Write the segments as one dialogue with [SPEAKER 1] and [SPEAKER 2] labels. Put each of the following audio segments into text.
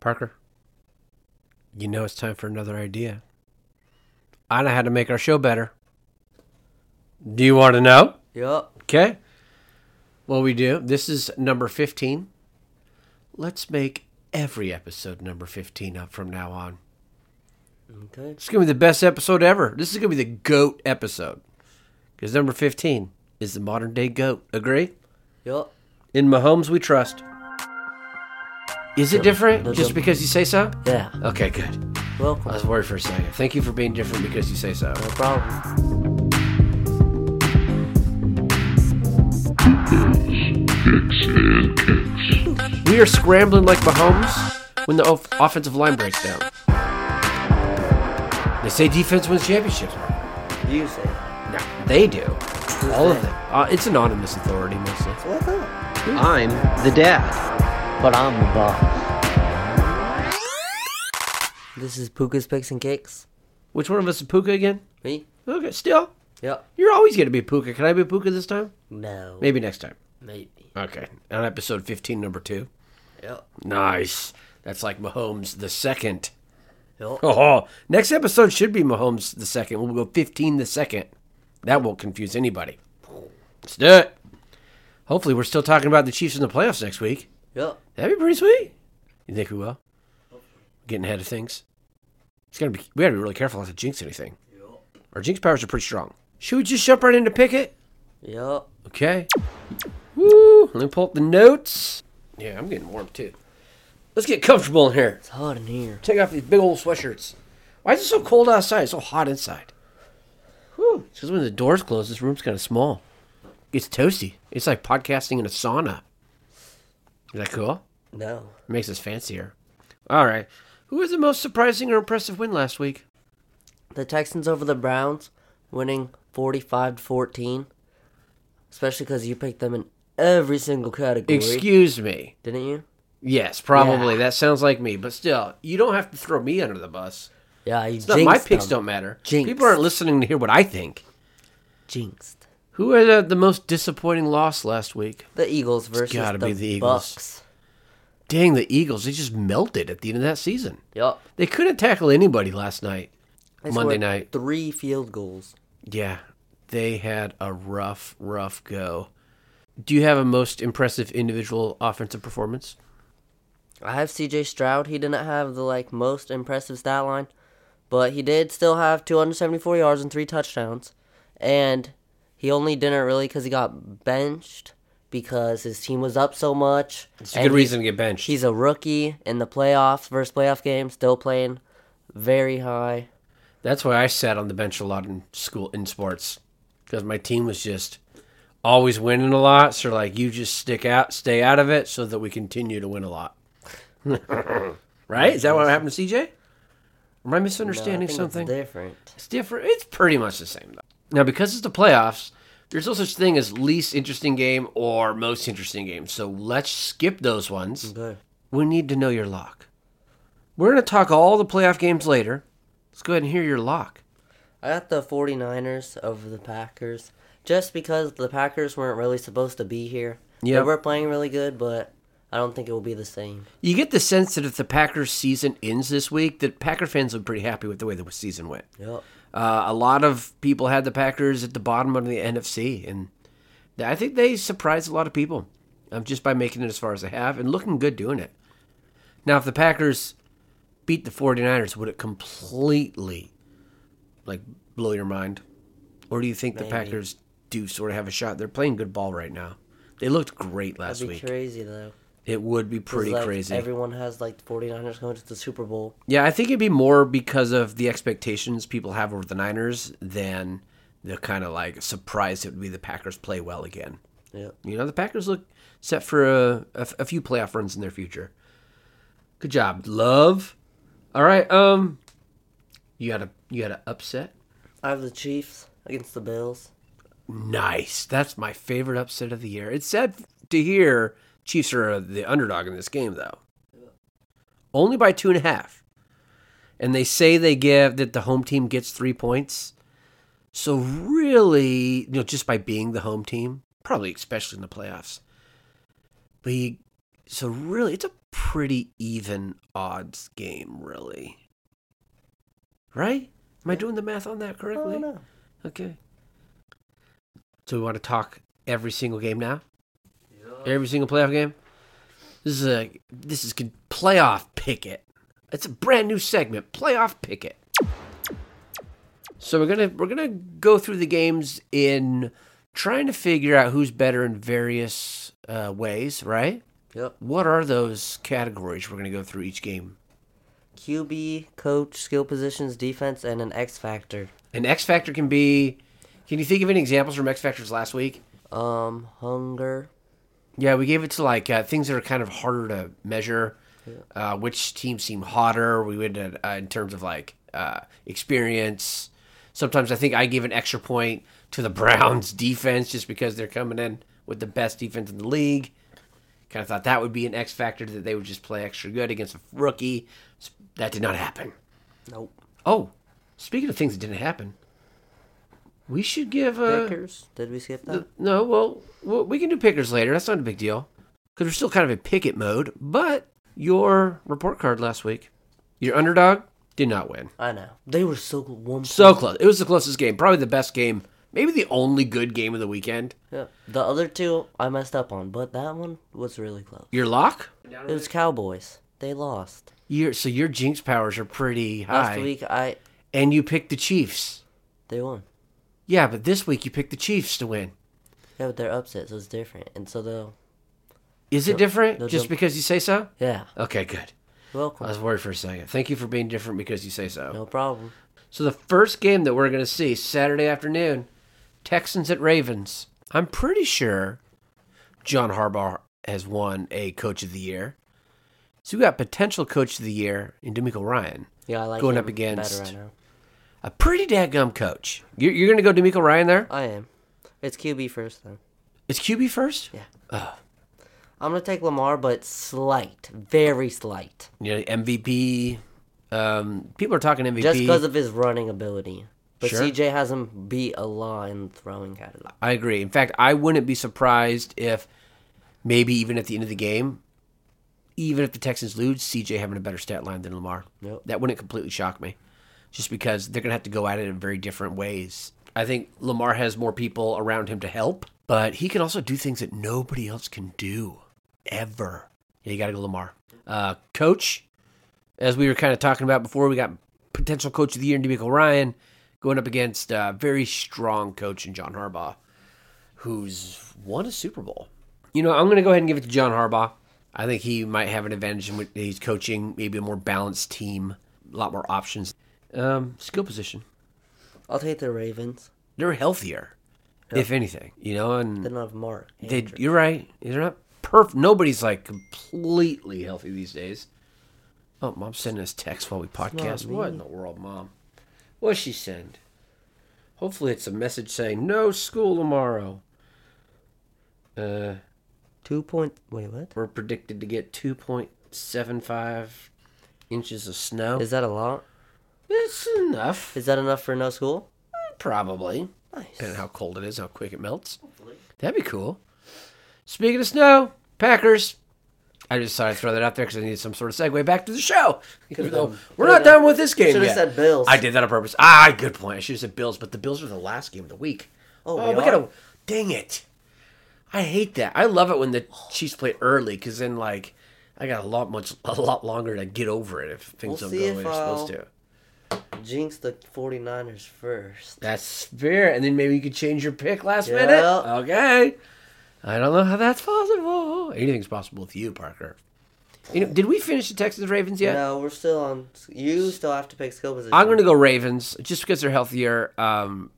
[SPEAKER 1] Parker, you know it's time for another idea. I know how to make our show better. Do you want to know?
[SPEAKER 2] Yup.
[SPEAKER 1] Okay. Well, we do. This is number 15. Let's make every episode number 15 up from now on.
[SPEAKER 2] Okay.
[SPEAKER 1] It's going to be the best episode ever. This is going to be the GOAT episode. Because number 15 is the modern day GOAT. Agree?
[SPEAKER 2] Yup.
[SPEAKER 1] In Mahomes, we trust. Is it different
[SPEAKER 2] dum-
[SPEAKER 1] just because you say so?
[SPEAKER 2] Yeah.
[SPEAKER 1] Okay, good. I
[SPEAKER 2] Welcome.
[SPEAKER 1] was worried for a second. Thank you for being different because you say so.
[SPEAKER 2] No problem.
[SPEAKER 1] We are scrambling like Mahomes when the off- offensive line breaks down. They say defense wins championships.
[SPEAKER 2] You say.
[SPEAKER 1] No, they do. All of
[SPEAKER 2] they?
[SPEAKER 1] them. Uh, it's anonymous authority mostly.
[SPEAKER 2] What up?
[SPEAKER 1] I'm the dad.
[SPEAKER 2] But I'm the boss. This is Puka's Picks and Cakes.
[SPEAKER 1] Which one of us is Puka again?
[SPEAKER 2] Me?
[SPEAKER 1] Okay, still.
[SPEAKER 2] Yup.
[SPEAKER 1] You're always going to be Puka. Can I be Puka this time?
[SPEAKER 2] No.
[SPEAKER 1] Maybe next time.
[SPEAKER 2] Maybe.
[SPEAKER 1] Okay. On episode 15, number two.
[SPEAKER 2] Yup.
[SPEAKER 1] Nice. That's like Mahomes the second.
[SPEAKER 2] Yup.
[SPEAKER 1] Oh, next episode should be Mahomes the second. We'll go 15 the second. That won't confuse anybody. Let's do it. Hopefully, we're still talking about the Chiefs in the playoffs next week.
[SPEAKER 2] Yup.
[SPEAKER 1] That'd be pretty sweet. You think we will? Getting ahead of things. It's gotta be. We gotta be really careful not to jinx anything. Our jinx powers are pretty strong. Should we just jump right into Pickett?
[SPEAKER 2] Yup.
[SPEAKER 1] Okay. Woo! Let me pull up the notes. Yeah, I'm getting warm too. Let's get comfortable in here.
[SPEAKER 2] It's hot in here.
[SPEAKER 1] Take off these big old sweatshirts. Why is it so cold outside? It's so hot inside. Whew. It's because when the doors close, this room's kind of small. It's toasty. It's like podcasting in a sauna. Is that cool?
[SPEAKER 2] No.
[SPEAKER 1] It makes us fancier. All right. Who was the most surprising or impressive win last week?
[SPEAKER 2] The Texans over the Browns, winning 45 to 14. Especially because you picked them in every single category.
[SPEAKER 1] Excuse me.
[SPEAKER 2] Didn't you?
[SPEAKER 1] Yes, probably.
[SPEAKER 2] Yeah.
[SPEAKER 1] That sounds like me, but still, you don't have to throw me under the bus.
[SPEAKER 2] Yeah, you
[SPEAKER 1] It's not-
[SPEAKER 2] jinxed
[SPEAKER 1] my picks
[SPEAKER 2] them.
[SPEAKER 1] don't matter.
[SPEAKER 2] Jinxed.
[SPEAKER 1] People aren't listening to hear what I think.
[SPEAKER 2] Jinxed.
[SPEAKER 1] Who had uh, the most disappointing loss last week?
[SPEAKER 2] The Eagles versus
[SPEAKER 1] gotta
[SPEAKER 2] the,
[SPEAKER 1] be the Eagles.
[SPEAKER 2] Bucks.
[SPEAKER 1] Dang, the Eagles, they just melted at the end of that season.
[SPEAKER 2] Yup.
[SPEAKER 1] They couldn't tackle anybody last night,
[SPEAKER 2] They
[SPEAKER 1] Monday
[SPEAKER 2] scored
[SPEAKER 1] night.
[SPEAKER 2] Three field goals.
[SPEAKER 1] Yeah, they had a rough, rough go. Do you have a most impressive individual offensive performance?
[SPEAKER 2] I have CJ Stroud. He didn't have the like most impressive stat line, but he did still have 274 yards and three touchdowns. And he only didn't really because he got benched because his team was up so much.
[SPEAKER 1] It's a good reason to get benched.
[SPEAKER 2] He's a rookie in the playoffs, first playoff game, still playing very high.
[SPEAKER 1] That's why I sat on the bench a lot in school in sports because my team was just always winning a lot. So like, you just stick out, stay out of it, so that we continue to win a lot. right? Is that what happened to CJ? Am I misunderstanding something?
[SPEAKER 2] It's different.
[SPEAKER 1] It's different. It's pretty much the same though. Now, because it's the playoffs, there's no such thing as least interesting game or most interesting game. So let's skip those ones.
[SPEAKER 2] Good.
[SPEAKER 1] We need to know your lock. We're gonna talk all the playoff games later. Let's go ahead and hear your lock.
[SPEAKER 2] I got the 49ers over the Packers just because the Packers weren't really supposed to be here. Yeah.
[SPEAKER 1] Yep.
[SPEAKER 2] They were playing really good, but I don't think it will be the same.
[SPEAKER 1] You get the sense that if the Packers season ends this week, that Packer fans are pretty happy with the way the season went.
[SPEAKER 2] Yep.
[SPEAKER 1] Uh, a lot of people had the Packers at the bottom of the NFC, and I think they surprised a lot of people um, just by making it as far as they have and looking good doing it. Now, if the Packers beat the 49ers, would it completely like blow your mind? Or do you think the Packers do sort of have a shot? They're playing good ball right now. They looked great last
[SPEAKER 2] That'd be
[SPEAKER 1] week.
[SPEAKER 2] crazy though. 'cause,
[SPEAKER 1] it would be pretty
[SPEAKER 2] like,
[SPEAKER 1] crazy.
[SPEAKER 2] Everyone has like the 49ers going to the Super Bowl.
[SPEAKER 1] Yeah, I think it'd be more because of the expectations people have over the Niners than the kind of like surprise it would be the Packers play well again.
[SPEAKER 2] Yep.
[SPEAKER 1] You know, the Packers look set for a, a, a few playoff runs in their future. Good job, love. All right, um, you got a you got a upset.
[SPEAKER 2] I have the Chiefs against the Bills.
[SPEAKER 1] Nice. That's my favorite upset of the year. It's sad to hear Chiefs are the underdog in this game, though. Only by two and a half. And they say they give that the home team gets three points. So really, you know, just by being the home team, probably especially in the playoffs. But you, So really, it's a pretty even odds game, really. Right? Am I doing the math on that
[SPEAKER 2] I
[SPEAKER 1] correctly?
[SPEAKER 2] don't know.
[SPEAKER 1] Okay. So we want to talk every single game now. Every single playoff game. This is a this is good playoff picket. It's a brand new segment, playoff picket. So we're gonna we're gonna go through the games in trying to figure out who's better in various uh, ways, right?
[SPEAKER 2] Yep.
[SPEAKER 1] What are those categories we're gonna go through each game?
[SPEAKER 2] QB, coach, skill positions, defense, and an X factor.
[SPEAKER 1] An X factor can be. Can you think of any examples from X factors last week?
[SPEAKER 2] Um, hunger.
[SPEAKER 1] Yeah, we gave it to like uh, things that are kind of harder to measure. Uh, which teams seem hotter? We went to, uh, in terms of like uh, experience. Sometimes I think I give an extra point to the Browns defense just because they're coming in with the best defense in the league. Kind of thought that would be an X factor that they would just play extra good against a rookie. S- That did not happen.
[SPEAKER 2] Nope.
[SPEAKER 1] Oh, speaking of things that didn't happen, we should give uh,
[SPEAKER 2] Pickers. Did we skip that?
[SPEAKER 1] no, well, well, we can do pickers later. That's not a big deal because we're still kind of in picket mode. But your report card last week, your underdog did not win.
[SPEAKER 2] I know. They were so one.
[SPEAKER 1] So close. It was the closest game, probably the best game, maybe the only good game of the weekend.
[SPEAKER 2] Yeah. The other two I messed up on, but that one was really close.
[SPEAKER 1] Your lock.
[SPEAKER 2] It was Cowboys. They lost.
[SPEAKER 1] Your so your jinx powers are pretty
[SPEAKER 2] Last
[SPEAKER 1] high,
[SPEAKER 2] week I
[SPEAKER 1] and you picked the Chiefs.
[SPEAKER 2] they won.
[SPEAKER 1] Yeah, but this week you picked the Chiefs to win.
[SPEAKER 2] Yeah, but they're upset, so it's different. And so they'll
[SPEAKER 1] Is it different
[SPEAKER 2] no,
[SPEAKER 1] just
[SPEAKER 2] no.
[SPEAKER 1] because you say so?
[SPEAKER 2] yeah.
[SPEAKER 1] Okay, good. I
[SPEAKER 2] Welcome.
[SPEAKER 1] was worried for a second. Thank you for being different because you say so.
[SPEAKER 2] No problem.
[SPEAKER 1] So the first game that we're going to see Saturday afternoon, Texans at Ravens. I'm pretty sure John Harbaugh has won a Coach of the Year. So we got potential Coach of the Year in D'Amico Ryan,
[SPEAKER 2] Yeah, I like
[SPEAKER 1] Going up
[SPEAKER 2] him
[SPEAKER 1] against-
[SPEAKER 2] better right now.
[SPEAKER 1] a pretty dadgum coach. You're, you're going to go D'Amico Ryan there?
[SPEAKER 2] I am. It's QB first though.
[SPEAKER 1] It's QB first.
[SPEAKER 2] Yeah.
[SPEAKER 1] Ugh.
[SPEAKER 2] I'm gonna take Lamar, but slight, very slight,
[SPEAKER 1] You know, MVP. Um, people are talking MVP.
[SPEAKER 2] just because of his running ability. But
[SPEAKER 1] Sure.
[SPEAKER 2] CJ has him beat a lot in throwing category.
[SPEAKER 1] I agree. In fact, I wouldn't be surprised if maybe even at the end of the game, even if the Texans lose, CJ having a better stat line than Lamar.
[SPEAKER 2] Yep.
[SPEAKER 1] That wouldn't completely shock me. Just because they're going to have to go at it in very different ways. I think Lamar has more people around him to help, but he can also do things that nobody else can do ever. Yeah, you got to go Lamar. Uh, coach, as we were kind of talking about before, we got potential coach of the year in D'Amico Ryan going up against a very strong coach in John Harbaugh, who's won a Super Bowl. You know, I'm going to go ahead and give it to John Harbaugh. I think he might have an advantage in when he's coaching maybe a more balanced team, a lot more options. Um, skill position.
[SPEAKER 2] I'll take the Ravens.
[SPEAKER 1] They're healthier, if anything, you know, and
[SPEAKER 2] They don't have Mark.
[SPEAKER 1] they, you're right. They're not perfect. Nobody's like completely healthy these days. Oh, mom's sending us texts while we podcast. What in the world, mom? What'd she send? Hopefully, it's a message saying no school tomorrow. Uh,
[SPEAKER 2] Two point. Wait, what?
[SPEAKER 1] we're predicted to get 2.75 inches of snow.
[SPEAKER 2] Is that a lot?
[SPEAKER 1] It's enough,
[SPEAKER 2] Is that enough for no school?
[SPEAKER 1] probably.
[SPEAKER 2] Nice.
[SPEAKER 1] Depending on how cold it is, how quick it melts. That'd be cool. Speaking of snow, Packers. I just thought I'd throw that out there because I needed some sort of segue back to the show. Even though we're not done with this game
[SPEAKER 2] Should
[SPEAKER 1] yet.
[SPEAKER 2] have said Bills.
[SPEAKER 1] I did that on purpose. Ah, good point. I should have said Bills, but the Bills are the last game of the week.
[SPEAKER 2] Oh,
[SPEAKER 1] we
[SPEAKER 2] we are?
[SPEAKER 1] gotta. Dang it! I hate that. I love it when the Chiefs play early because then like I got a lot much a lot longer to get over it if things
[SPEAKER 2] We'll
[SPEAKER 1] don't
[SPEAKER 2] see
[SPEAKER 1] go the way
[SPEAKER 2] if uh,
[SPEAKER 1] they're supposed
[SPEAKER 2] I'll-
[SPEAKER 1] to.
[SPEAKER 2] Jinx the 49ers first.
[SPEAKER 1] That's fair. And then maybe you could change your pick last
[SPEAKER 2] Yeah.
[SPEAKER 1] minute. Okay. I don't know how that's possible. Anything's possible with you, Parker. You know, did we finish the Texans Ravens yet?
[SPEAKER 2] No, we're still on. You still have to pick skill position.
[SPEAKER 1] I'm going to go Ravens just because they're healthier. Um,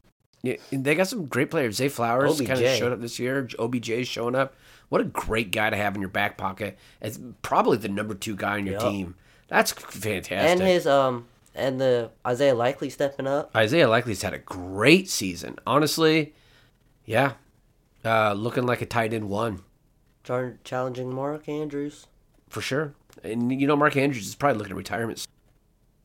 [SPEAKER 1] yeah, and they got some great players. Zay Flowers
[SPEAKER 2] OBJ.
[SPEAKER 1] kind of showed up this year. OBJ's showing up. What a great guy to have in your back pocket. As probably the number two guy on your
[SPEAKER 2] Yup.
[SPEAKER 1] team. That's fantastic.
[SPEAKER 2] And his um and the Isaiah Likely stepping up.
[SPEAKER 1] Isaiah Likely's had a great season. Honestly, yeah. Uh, looking like a tight end one
[SPEAKER 2] char- Challenging Mark Andrews.
[SPEAKER 1] for sure. And you know, Mark Andrews is probably looking at retirement.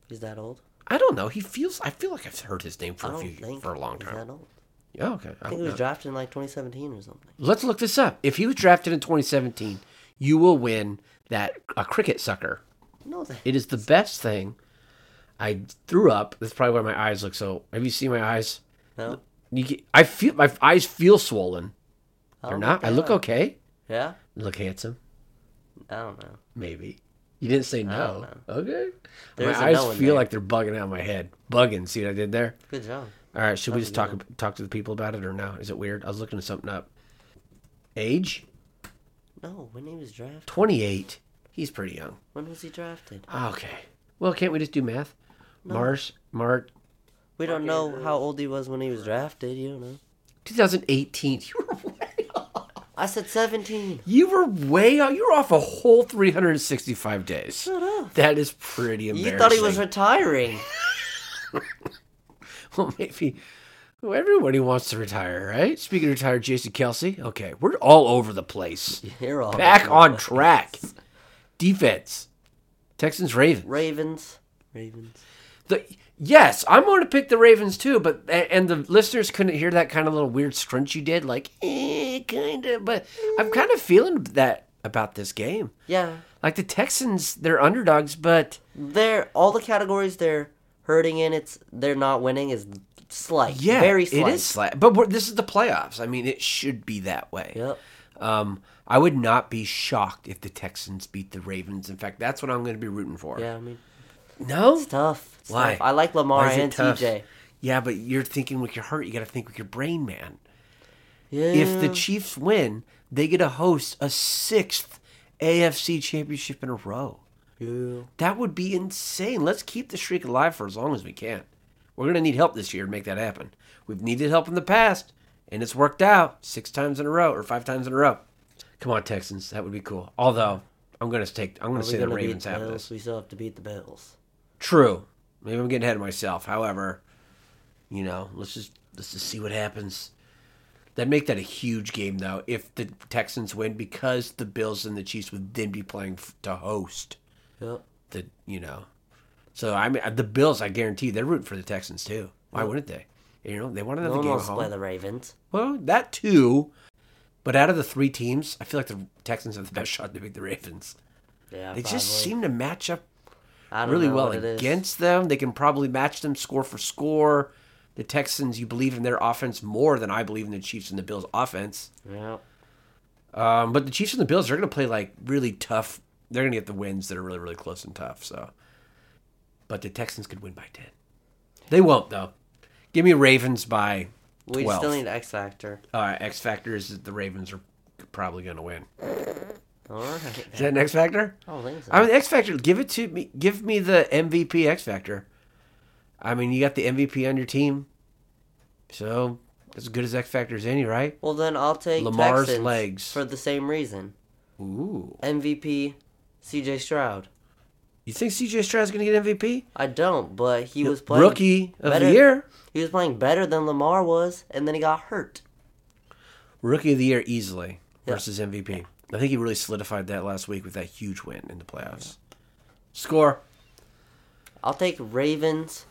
[SPEAKER 2] He's that old.
[SPEAKER 1] I don't know. He feels. I feel like I've heard his name
[SPEAKER 2] I
[SPEAKER 1] for a
[SPEAKER 2] don't
[SPEAKER 1] few
[SPEAKER 2] think
[SPEAKER 1] for a long
[SPEAKER 2] he's
[SPEAKER 1] time.
[SPEAKER 2] that old.
[SPEAKER 1] Yeah, okay. Uh, I
[SPEAKER 2] I think
[SPEAKER 1] don't
[SPEAKER 2] he was
[SPEAKER 1] know.
[SPEAKER 2] drafted in like 2017 or something.
[SPEAKER 1] Let's look this up. If he was drafted in 2017, you will win that a cricket sucker.
[SPEAKER 2] No, the-
[SPEAKER 1] It is the best thing. I threw up. That's probably why my eyes look so. Have you seen my eyes?
[SPEAKER 2] no.
[SPEAKER 1] You get, I feel my eyes feel swollen.
[SPEAKER 2] Oh
[SPEAKER 1] They're
[SPEAKER 2] my
[SPEAKER 1] not. I look
[SPEAKER 2] God.
[SPEAKER 1] okay.
[SPEAKER 2] Yeah.
[SPEAKER 1] Look handsome.
[SPEAKER 2] I don't know.
[SPEAKER 1] Maybe. You didn't say no.
[SPEAKER 2] don't
[SPEAKER 1] Okay.
[SPEAKER 2] There's a
[SPEAKER 1] my eyes
[SPEAKER 2] no in
[SPEAKER 1] feel
[SPEAKER 2] there.
[SPEAKER 1] like they're bugging out of my head. Bugging. See what I did there?
[SPEAKER 2] Good job.
[SPEAKER 1] All right. Should we just talk talk to the people about it or no? Is it weird? I was looking something up. Age?
[SPEAKER 2] No, when he was drafted.
[SPEAKER 1] 28. He's pretty young.
[SPEAKER 2] When was he drafted?
[SPEAKER 1] Okay. Well, can't we just do math? Mars, Mart,
[SPEAKER 2] We don't know how old he was when he was drafted. You don't know.
[SPEAKER 1] 2018. You were way off.
[SPEAKER 2] I said 17.
[SPEAKER 1] You were way off. You were off a whole 365 days.
[SPEAKER 2] Shut up.
[SPEAKER 1] That is pretty embarrassing.
[SPEAKER 2] You thought he was retiring.
[SPEAKER 1] Well, maybe well, everybody wants to retire, right? Speaking of retired, Jason Kelsey. Okay, we're all over the place.
[SPEAKER 2] You're all
[SPEAKER 1] Back on track. Defense. Texans Ravens.
[SPEAKER 2] Ravens. Ravens.
[SPEAKER 1] The, yes, I'm going to pick the Ravens too, but a- and the listeners couldn't hear that kind of little weird scrunch you did, like eh, kind of. But I'm kind of feeling that about this game.
[SPEAKER 2] Yeah.
[SPEAKER 1] Like the Texans, they're underdogs, but
[SPEAKER 2] They're all the categories they're hurting in. It's they're not winning is slight.
[SPEAKER 1] yeah,
[SPEAKER 2] Very slight.
[SPEAKER 1] It is slight, but we're, this is the playoffs. I mean, it should be that way.
[SPEAKER 2] Yep.
[SPEAKER 1] Um, I would not be shocked if the Texans beat the Ravens. In fact, that's what I'm going to be rooting for.
[SPEAKER 2] Yeah. I mean,
[SPEAKER 1] No.
[SPEAKER 2] it's tough. It's
[SPEAKER 1] Why?
[SPEAKER 2] Tough. I like Lamar
[SPEAKER 1] Why is it
[SPEAKER 2] and
[SPEAKER 1] tough?
[SPEAKER 2] TJ.
[SPEAKER 1] Yeah, but you're thinking with your heart. You got to think with your brain, man.
[SPEAKER 2] Yeah.
[SPEAKER 1] If the Chiefs win, they get to host a sixth AFC championship in a row.
[SPEAKER 2] yeah.
[SPEAKER 1] That would be insane. Let's keep the streak alive for as long as we can. We're going to need help this year to make that happen. We've needed help in the past, and it's worked out six times in a row or five times in a row. Come on, Texans. That would be cool. Although, I'm going to take, I'm going
[SPEAKER 2] Are
[SPEAKER 1] to
[SPEAKER 2] we
[SPEAKER 1] say the
[SPEAKER 2] gonna beat
[SPEAKER 1] Ravens
[SPEAKER 2] the
[SPEAKER 1] have
[SPEAKER 2] Bills?
[SPEAKER 1] this.
[SPEAKER 2] We still have to beat the Bills.
[SPEAKER 1] True. Maybe I'm getting ahead of myself. However, you know, let's just let's just see what happens. That'd make that a huge game though if the Texans win because the Bills and the Chiefs would then be playing f- to host
[SPEAKER 2] Yep.
[SPEAKER 1] the you know. So I mean the Bills, I guarantee they're rooting for the Texans too. Why wouldn't they? You know, they want
[SPEAKER 2] No
[SPEAKER 1] another
[SPEAKER 2] one
[SPEAKER 1] game at
[SPEAKER 2] wants to play
[SPEAKER 1] home.
[SPEAKER 2] the Ravens.
[SPEAKER 1] Well, that too. But out of the three teams, I feel like the Texans have the best shot to beat the Ravens.
[SPEAKER 2] Yeah.
[SPEAKER 1] They
[SPEAKER 2] probably.
[SPEAKER 1] just seem to match up
[SPEAKER 2] I don't
[SPEAKER 1] really
[SPEAKER 2] know
[SPEAKER 1] well
[SPEAKER 2] what it is.
[SPEAKER 1] against them. They can probably match them score for score. The Texans, you believe in their offense more than I believe in the Chiefs and the Bills' offense.
[SPEAKER 2] Yeah.
[SPEAKER 1] Um, but the Chiefs and the Bills, they're going to play like really tough. They're going to get the wins that are really, really close and tough. So, but the Texans could win by ten. They won't though. Give me Ravens by
[SPEAKER 2] We
[SPEAKER 1] twelve.
[SPEAKER 2] still need X Factor.
[SPEAKER 1] uh, X factor is that the Ravens are probably going to win.
[SPEAKER 2] All right.
[SPEAKER 1] Is that an X factor?
[SPEAKER 2] I don't think so.
[SPEAKER 1] I mean, X Factor. Give it to me. Give me the MVP X Factor. I mean, you got the MVP on your team, so as good as X Factor as any, right?
[SPEAKER 2] well, then I'll take
[SPEAKER 1] Lamar's
[SPEAKER 2] Texans
[SPEAKER 1] legs.
[SPEAKER 2] for the same reason.
[SPEAKER 1] Ooh.
[SPEAKER 2] MVP, C.J. Stroud.
[SPEAKER 1] You think CJ Stroud's gonna get MVP?
[SPEAKER 2] I don't, but he was playing
[SPEAKER 1] Rookie of
[SPEAKER 2] better-
[SPEAKER 1] the year.
[SPEAKER 2] He was playing better than Lamar was, and then he got hurt.
[SPEAKER 1] Rookie of the year easily
[SPEAKER 2] Yeah.
[SPEAKER 1] versus MVP. I think he really solidified that last week with that huge win in the playoffs. Score.
[SPEAKER 2] I'll take Ravens.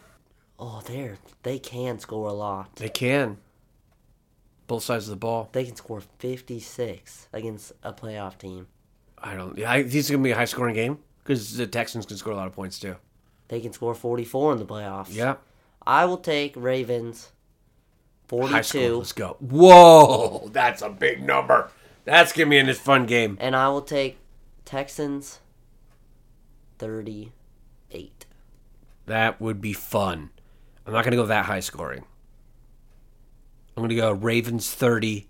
[SPEAKER 2] Oh, there they can score a lot.
[SPEAKER 1] They can. Both sides of the ball.
[SPEAKER 2] They can score 56 against a playoff team.
[SPEAKER 1] I don't. I, this is gonna be a high scoring game because the Texans can score a lot of points too.
[SPEAKER 2] They can score 44 in the playoffs.
[SPEAKER 1] Yeah.
[SPEAKER 2] I will take Ravens.
[SPEAKER 1] High school.
[SPEAKER 2] 42,
[SPEAKER 1] Let's go. Whoa, that's a big number. That's gonna be in this fun game.
[SPEAKER 2] and I will take Texans. 38.
[SPEAKER 1] That would be fun. I'm not gonna go that high scoring. I'm gonna go Ravens 30,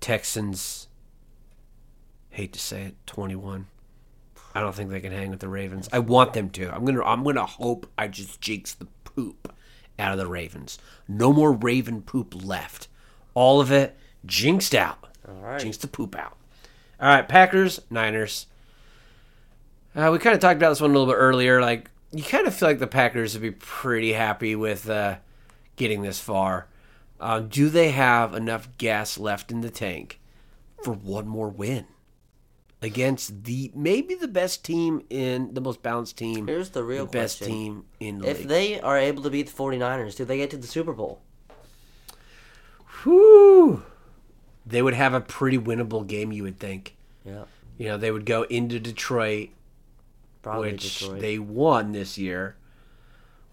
[SPEAKER 1] Texans. Hate to say it, 21. I don't think they can hang with the Ravens. I want them to. I'm gonna. I'm gonna hope I just jinx the poop out of the Ravens. No more Raven poop left. All of it jinxed out.
[SPEAKER 2] All right.
[SPEAKER 1] Jinx the poop out. All right, Packers, Niners. Uh, we kind of talked about this one a little bit earlier. Like you kind of feel like the Packers would be pretty happy with uh, getting this far. Uh, do they have enough gas left in the tank for one more win against the maybe the best team in the most balanced team,
[SPEAKER 2] Here's the real
[SPEAKER 1] best
[SPEAKER 2] question.
[SPEAKER 1] team in the
[SPEAKER 2] If
[SPEAKER 1] league?
[SPEAKER 2] they are able to beat the 49ers, do they get to the Super Bowl?
[SPEAKER 1] Whew. They would have a pretty winnable game, you would think.
[SPEAKER 2] Yeah.
[SPEAKER 1] You know, they would go into Detroit,
[SPEAKER 2] Probably
[SPEAKER 1] which
[SPEAKER 2] Detroit.
[SPEAKER 1] they won this year,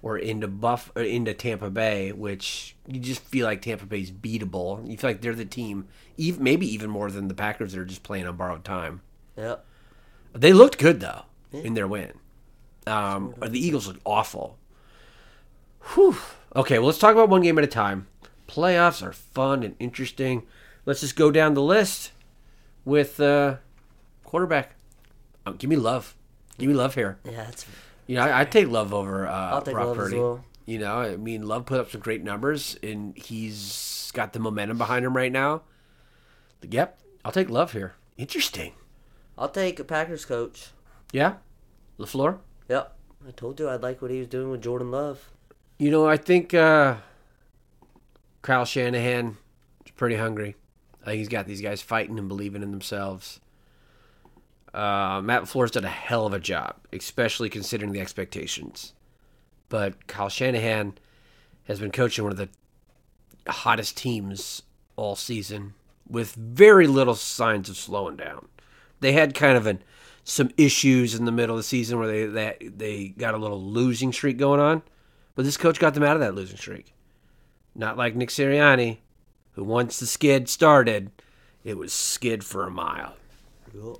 [SPEAKER 1] or into Buff or into Tampa Bay, which you just feel like Tampa Bay's beatable. You feel like they're the team, even, maybe even more than the Packers that are just playing on borrowed time.
[SPEAKER 2] Yep.
[SPEAKER 1] They looked good though in their win. Um, or the Eagles looked awful. Whew. Okay, well, let's talk about one game at a time. Playoffs are fun and interesting. Let's just go down the list with uh, quarterback. Oh, give me love. Give me love here.
[SPEAKER 2] Yeah, that's
[SPEAKER 1] You know, I, I'd take love over uh,
[SPEAKER 2] I'll take
[SPEAKER 1] Brock
[SPEAKER 2] Love as
[SPEAKER 1] Purdy.
[SPEAKER 2] well.
[SPEAKER 1] You know, I mean, Love put up some great numbers, and he's got the momentum behind him right now. Yep, I'll take Love here. Interesting.
[SPEAKER 2] I'll take a Packers coach.
[SPEAKER 1] Yeah, Lafleur.
[SPEAKER 2] Yep. I told you I'd like what he was doing with Jordan Love.
[SPEAKER 1] You know, I think uh, Kyle Shanahan is pretty hungry. I think he's got these guys fighting and believing in themselves. Uh, Matt Flores did a hell of a job, especially considering the expectations. But Kyle Shanahan has been coaching one of the hottest teams all season with very little signs of slowing down. They had kind of an some issues in the middle of the season where they that they got a little losing streak going on. But this coach got them out of that losing streak. Not like Nick Sirianni, who once the skid started, it was skid for a mile.
[SPEAKER 2] Yep.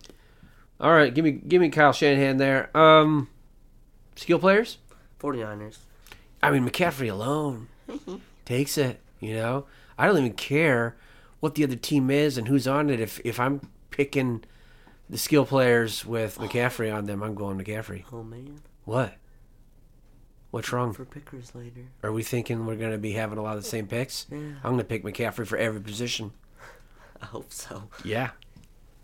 [SPEAKER 1] All right, give me give me Kyle Shanahan there. Um, skill players.
[SPEAKER 2] 49ers.
[SPEAKER 1] I mean McCaffrey alone takes it. You know, I don't even care what the other team is and who's on it. If if I'm picking the skill players with McCaffrey on them, I'm going McCaffrey.
[SPEAKER 2] Oh man,
[SPEAKER 1] What? What's wrong?
[SPEAKER 2] for pickers later.
[SPEAKER 1] Are we thinking we're going to be having a lot of the same picks?
[SPEAKER 2] Yeah.
[SPEAKER 1] I'm going to pick McCaffrey for every position.
[SPEAKER 2] I hope so.
[SPEAKER 1] Yeah.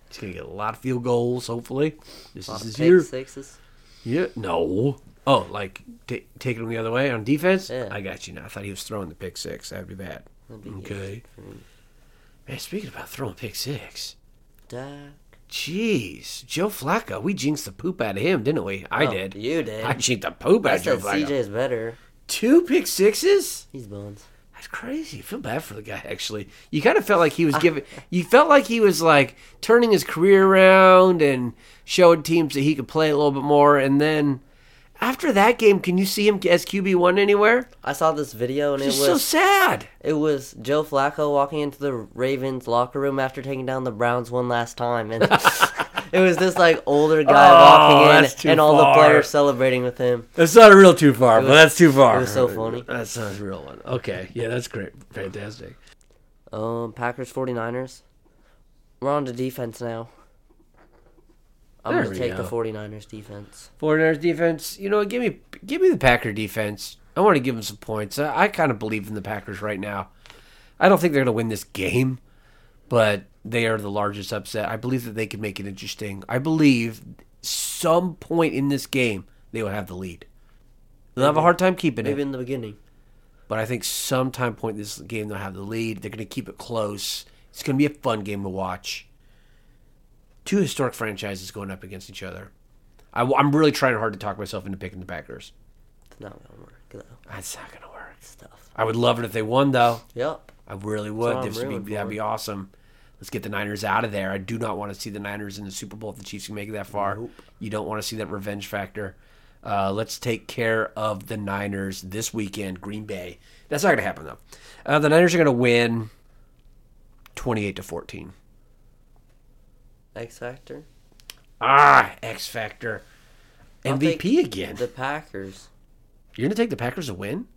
[SPEAKER 1] He's going to get a lot of field goals, hopefully. This
[SPEAKER 2] A
[SPEAKER 1] is
[SPEAKER 2] lot of
[SPEAKER 1] his
[SPEAKER 2] pick
[SPEAKER 1] year.
[SPEAKER 2] sixes.
[SPEAKER 1] Yeah. No. Oh, like ta taking him the other way on defense?
[SPEAKER 2] Yeah.
[SPEAKER 1] I got you now. I thought he was throwing the pick six. That'd be bad.
[SPEAKER 2] That'd be
[SPEAKER 1] Okay. Man, speaking about throwing pick six,
[SPEAKER 2] Dak.
[SPEAKER 1] jeez, Joe Flacco, we jinxed the poop out of him, didn't we? I
[SPEAKER 2] Oh,
[SPEAKER 1] did.
[SPEAKER 2] You did.
[SPEAKER 1] I jinxed the poop out
[SPEAKER 2] I
[SPEAKER 1] of Joe
[SPEAKER 2] said
[SPEAKER 1] Flacco.
[SPEAKER 2] CJ's better.
[SPEAKER 1] Two pick sixes?
[SPEAKER 2] He's buns.
[SPEAKER 1] That's crazy. I feel bad for the guy. Actually, you kind of felt like he was giving. You felt like he was like turning his career around and showed teams that he could play a little bit more. And then after that game, can you see him as QB one anywhere?
[SPEAKER 2] I saw this video and it
[SPEAKER 1] It's
[SPEAKER 2] was
[SPEAKER 1] so sad.
[SPEAKER 2] it was Joe Flacco walking into the Ravens locker room after taking down the Browns one last time, and it was this like older guy
[SPEAKER 1] Oh,
[SPEAKER 2] walking in,
[SPEAKER 1] that's too
[SPEAKER 2] and all
[SPEAKER 1] far.
[SPEAKER 2] the players celebrating with him.
[SPEAKER 1] That's not a real too far, but that's too far.
[SPEAKER 2] it was so funny.
[SPEAKER 1] That's not a real one. Okay, yeah, that's great, fantastic.
[SPEAKER 2] Um, Packers 49ers. We're on to defense now. I'm
[SPEAKER 1] There
[SPEAKER 2] gonna
[SPEAKER 1] we
[SPEAKER 2] take the
[SPEAKER 1] go.
[SPEAKER 2] 49ers defense.
[SPEAKER 1] 49ers defense. You know, what, give me give me the Packer defense. I want to give them some points. I, I kind of believe in the Packers right now. I don't think they're going to win this game, but they are the largest upset. I believe that they can make it interesting. I believe some point in this game they will have the lead. They'll have a hard time keeping
[SPEAKER 2] Maybe
[SPEAKER 1] it,
[SPEAKER 2] in the beginning.
[SPEAKER 1] but I think sometime point in this game they'll have the lead. They're going to keep it close. It's going to be a fun game to watch. Two historic franchises going up against each other. I, am really trying hard to talk myself into picking the Packers.
[SPEAKER 2] It's not gonna work though.
[SPEAKER 1] That's not gonna work.
[SPEAKER 2] Stuff.
[SPEAKER 1] I would love it if they won, though.
[SPEAKER 2] Yep.
[SPEAKER 1] I really would.
[SPEAKER 2] what I'm
[SPEAKER 1] This would be-
[SPEAKER 2] rooting
[SPEAKER 1] that'd
[SPEAKER 2] for.
[SPEAKER 1] be awesome. Let's get the Niners out of there. I do not want to see the Niners in the Super Bowl if the Chiefs can make it that far. You don't want to see that revenge factor. Uh, let's take care of the Niners this weekend, Green Bay. That's not going to happen though. Uh, the Niners are going to win, twenty-eight to fourteen.
[SPEAKER 2] X Factor.
[SPEAKER 1] Ah, X Factor,
[SPEAKER 2] I'll take
[SPEAKER 1] MVP again.
[SPEAKER 2] The Packers
[SPEAKER 1] You're going to take the Packers to win?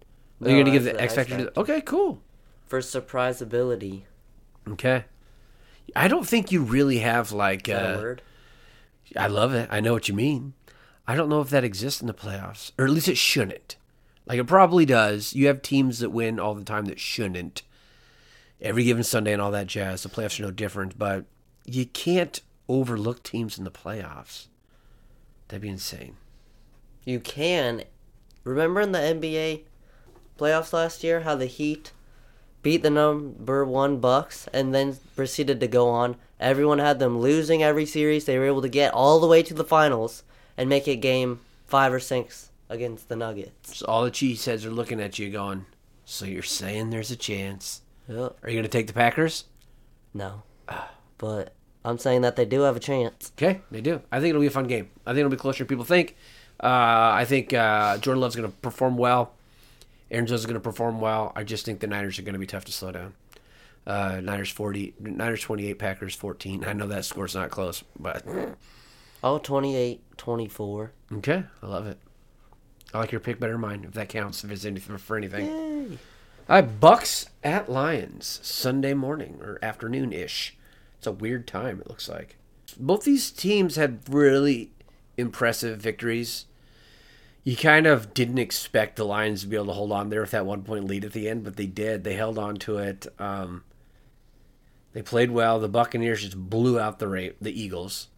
[SPEAKER 1] Or
[SPEAKER 2] No,
[SPEAKER 1] You're going to give
[SPEAKER 2] that's
[SPEAKER 1] the
[SPEAKER 2] the
[SPEAKER 1] X
[SPEAKER 2] X
[SPEAKER 1] Factor to the, okay, cool.
[SPEAKER 2] for surprise ability.
[SPEAKER 1] Okay. I don't think you really have like.
[SPEAKER 2] Is that a
[SPEAKER 1] Uh,
[SPEAKER 2] word?
[SPEAKER 1] I love it. I know what you mean. I don't know if that exists in the playoffs, or at least it shouldn't. Like it probably does. You have teams that win all the time that shouldn't. Every given Sunday and all that jazz. The playoffs are no different, but you can't overlook teams in the playoffs. That'd be insane.
[SPEAKER 2] You can. Remember in the NBA playoffs last year how the Heat beat the number one Bucks and then proceeded to go on. Everyone had them losing every series. They were able to get all the way to the finals and make it game five or six against the Nuggets.
[SPEAKER 1] So all the cheeseheads are looking at you, going, "So you're saying there's a chance?
[SPEAKER 2] Yep.
[SPEAKER 1] Are you going to take the Packers?"
[SPEAKER 2] No. But I'm saying that they do have a chance.
[SPEAKER 1] Okay, they do. I think it'll be a fun game. I think it'll be closer than people think. Uh, I think uh, Jordan Love's going to perform well. Aaron Jones is going to perform well. I just think the Niners are going to be tough to slow down. Uh, Niners forty, Niners twenty eight, Packers fourteen. I know that score's not close, but
[SPEAKER 2] Oh, 28 24.
[SPEAKER 1] okay, I love it. I like your pick better than mine if that counts. If it's anything for anything,
[SPEAKER 2] Yay.
[SPEAKER 1] I Uh, Bucks at Lions Sunday morning or afternoon ish. It's a weird time. It looks like both these teams had really impressive victories. You kind of didn't expect the Lions to be able to hold on there with that one point lead at the end, but they did. They held on to it. Um, they played well. The Buccaneers just blew out the rate, the Eagles.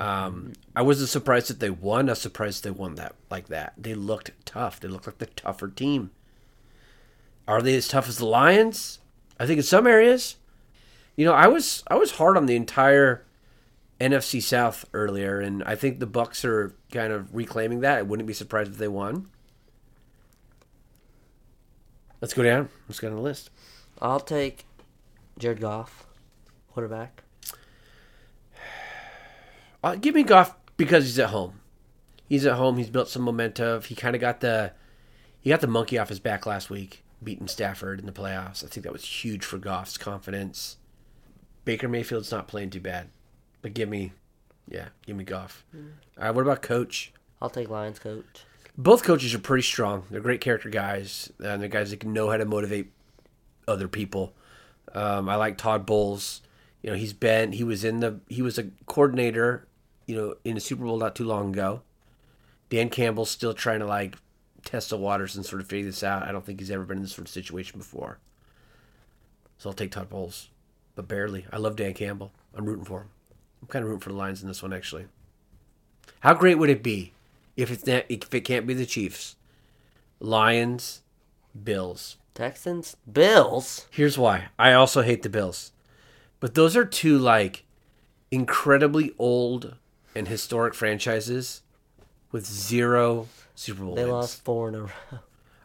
[SPEAKER 1] Um, I wasn't surprised that they won. I was surprised they won that like that. They looked tough. They looked like the tougher team. Are they as tough as the Lions? I think in some areas. You know, I was I was hard on the entire NFC South earlier, and I think the Bucks are kind of reclaiming that. I wouldn't be surprised if they won. Let's go down. Let's go down the list.
[SPEAKER 2] I'll take Jared Goff, quarterback.
[SPEAKER 1] Uh, give me Goff because he's at home. He's at home. He's built some momentum. He kind of got the he got the monkey off his back last week, beating Stafford in the playoffs. I think that was huge for Goff's confidence. Baker Mayfield's not playing too bad, but give me, yeah, give me Goff. All right, what about Coach?
[SPEAKER 2] I'll take Lions coach.
[SPEAKER 1] Both coaches are pretty strong. They're great character guys, and they're guys that can know how to motivate other people. Um, I like Todd Bowles. You know, he's been he was in the he was a coordinator, you know, in the Super Bowl not too long ago. Dan Campbell's still trying to like test the waters and sort of figure this out. I don't think he's ever been in this sort of situation before. So I'll take Todd Bowles, but barely. I love Dan Campbell. I'm rooting for him. I'm kind of rooting for the Lions in this one actually. How great would it be if it's not, if it can't be the Chiefs, Lions, Bills,
[SPEAKER 2] Texans, Bills.
[SPEAKER 1] Here's why. I also hate the Bills. But those are two like incredibly old and historic franchises with zero Super Bowl
[SPEAKER 2] They
[SPEAKER 1] wins.
[SPEAKER 2] lost four in a row.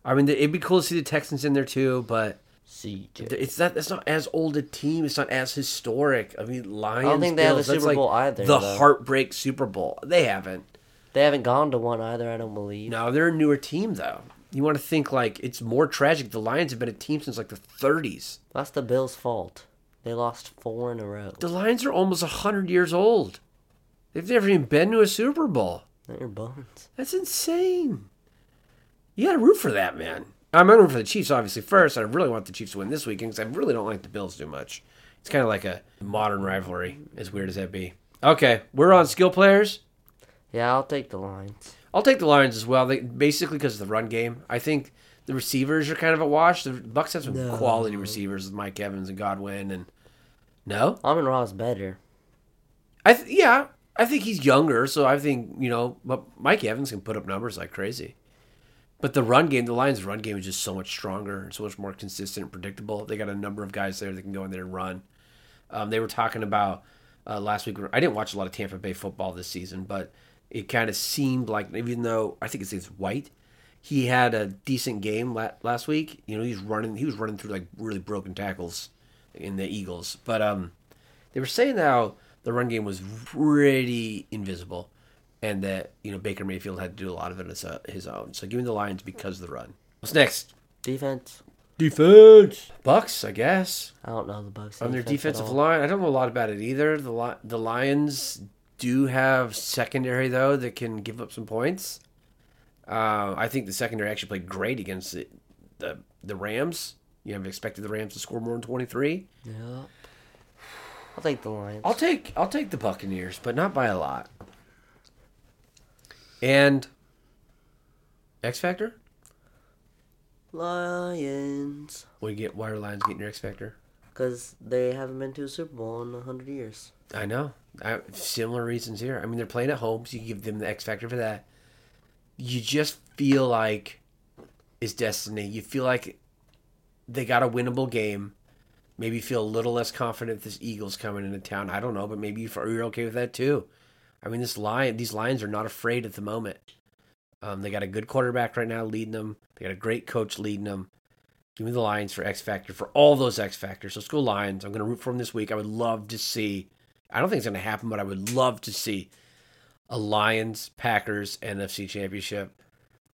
[SPEAKER 1] I mean, it'd be cool to see the Texans in there too, but
[SPEAKER 2] CJ.
[SPEAKER 1] it's not. It's not as old a team. It's not as historic. I mean, Lions.
[SPEAKER 2] think they have a
[SPEAKER 1] Bills, that's,
[SPEAKER 2] Super
[SPEAKER 1] like
[SPEAKER 2] Bowl either,
[SPEAKER 1] The
[SPEAKER 2] though.
[SPEAKER 1] heartbreak Super Bowl. They haven't.
[SPEAKER 2] They haven't gone to one either, I don't believe.
[SPEAKER 1] No, they're a newer team though. You want to think like it's more tragic. The Lions have been a team since like the 30s.
[SPEAKER 2] That's the Bills' fault. They lost four in a row.
[SPEAKER 1] The Lions are almost 100 years old. They've never even been to a Super Bowl.
[SPEAKER 2] They're your bones.
[SPEAKER 1] That's insane. You gotta root for that, man. I'm rooting for the Chiefs, obviously, first. I really want the Chiefs to win this weekend because I really don't like the Bills too much. It's kind of like a modern rivalry, as weird as that be. Okay, we're on skill players.
[SPEAKER 2] Yeah, I'll take the Lions.
[SPEAKER 1] I'll take the Lions as well. They, basically, because of the run game, I think the receivers are kind of a wash. The Bucks have some
[SPEAKER 2] No.
[SPEAKER 1] quality receivers with Mike Evans and Godwin, and no,
[SPEAKER 2] Amon Ra's better.
[SPEAKER 1] I th- yeah, I think he's younger, so I think you know, but Mike Evans can put up numbers like crazy. But the run game, the Lions' run game is just so much stronger and so much more consistent and predictable. They got a number of guys there that can go in there and run. Um, they were talking about uh, last week. I didn't watch a lot of Tampa Bay football this season, but it kind of seemed like, even though I think it's, it's White, he had a decent game la- last week. You know, he's running. He was running through like really broken tackles in the Eagles, but um, they were saying how the run game was pretty invisible, and that you know Baker Mayfield had to do a lot of it on his- his own. So give me the Lions because of the run. What's next?
[SPEAKER 2] Defense.
[SPEAKER 1] Defense. Bucks, I guess.
[SPEAKER 2] I don't know the Bucks.
[SPEAKER 1] On their
[SPEAKER 2] defense at
[SPEAKER 1] defensive
[SPEAKER 2] all.
[SPEAKER 1] line, I don't know a lot about it either. The Li- the Lions do have secondary though that can give up some points. Uh, I think the secondary actually played great against the the, the Rams. You have expected the Rams to score more than twenty three.
[SPEAKER 2] Yep. I'll take the Lions.
[SPEAKER 1] I'll take I'll take the Buccaneers, but not by a lot. And X Factor?
[SPEAKER 2] Lions.
[SPEAKER 1] What do you get why are Lions getting your X Factor?
[SPEAKER 2] Because they haven't been to a Super Bowl in 100 years.
[SPEAKER 1] I know. I, similar reasons here. I mean, they're playing at home, so you give them the X factor for that. You just feel like it's destiny. You feel like they got a winnable game. Maybe you feel a little less confident this Eagles coming into town. I don't know, but maybe you- you're okay with that too. I mean, this lion, these Lions are not afraid at the moment. Um, they got a good quarterback right now leading them. They got a great coach leading them. Give me the Lions for X Factor for all those X Factors. Let's go Lions. I'm going to root for them this week. I would love to see I don't think it's going to happen, but I would love to see a Lions Packers NFC Championship.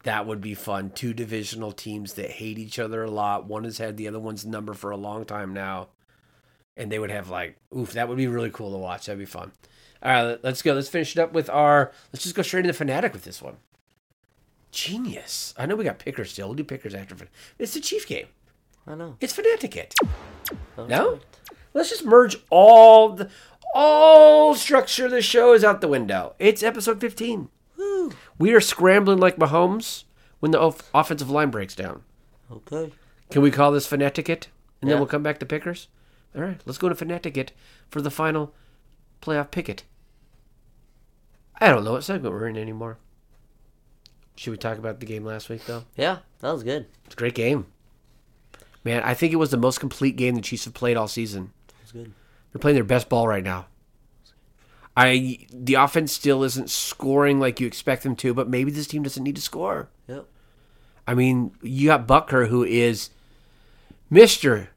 [SPEAKER 1] That would be fun. Two divisional teams that hate each other a lot. One has had the other one's number for a long time now. And they would have like, oof, that would be really cool to watch. That'd be fun. All right, let's go. Let's finish it up with our. Let's just go straight into Fanatic with this one. Genius. I know we got pickers still. We'll do pickers after. Fan- It's the Chief game.
[SPEAKER 2] I know.
[SPEAKER 1] It's Fanaticket.
[SPEAKER 2] That was
[SPEAKER 1] No?
[SPEAKER 2] great.
[SPEAKER 1] Let's just merge all the all structure of the show is out the window. It's episode 15.
[SPEAKER 2] Woo.
[SPEAKER 1] We are scrambling like Mahomes when the off- offensive line breaks down.
[SPEAKER 2] Okay.
[SPEAKER 1] Can we call this Fanaticket? And then
[SPEAKER 2] Yeah.
[SPEAKER 1] we'll come back to pickers? All right, let's go to Fanaticket for the final playoff picket. I don't know what segment we're in anymore. Should we talk about the game last week, though?
[SPEAKER 2] Yeah, that was good.
[SPEAKER 1] It's a great game. Man, I think it was the most complete game the Chiefs have played all season.
[SPEAKER 2] That was good.
[SPEAKER 1] They're playing their best ball right now. I the offense still isn't scoring like you expect them to, but maybe this team doesn't need to score.
[SPEAKER 2] Yep.
[SPEAKER 1] I mean, you got Butker who is Mr.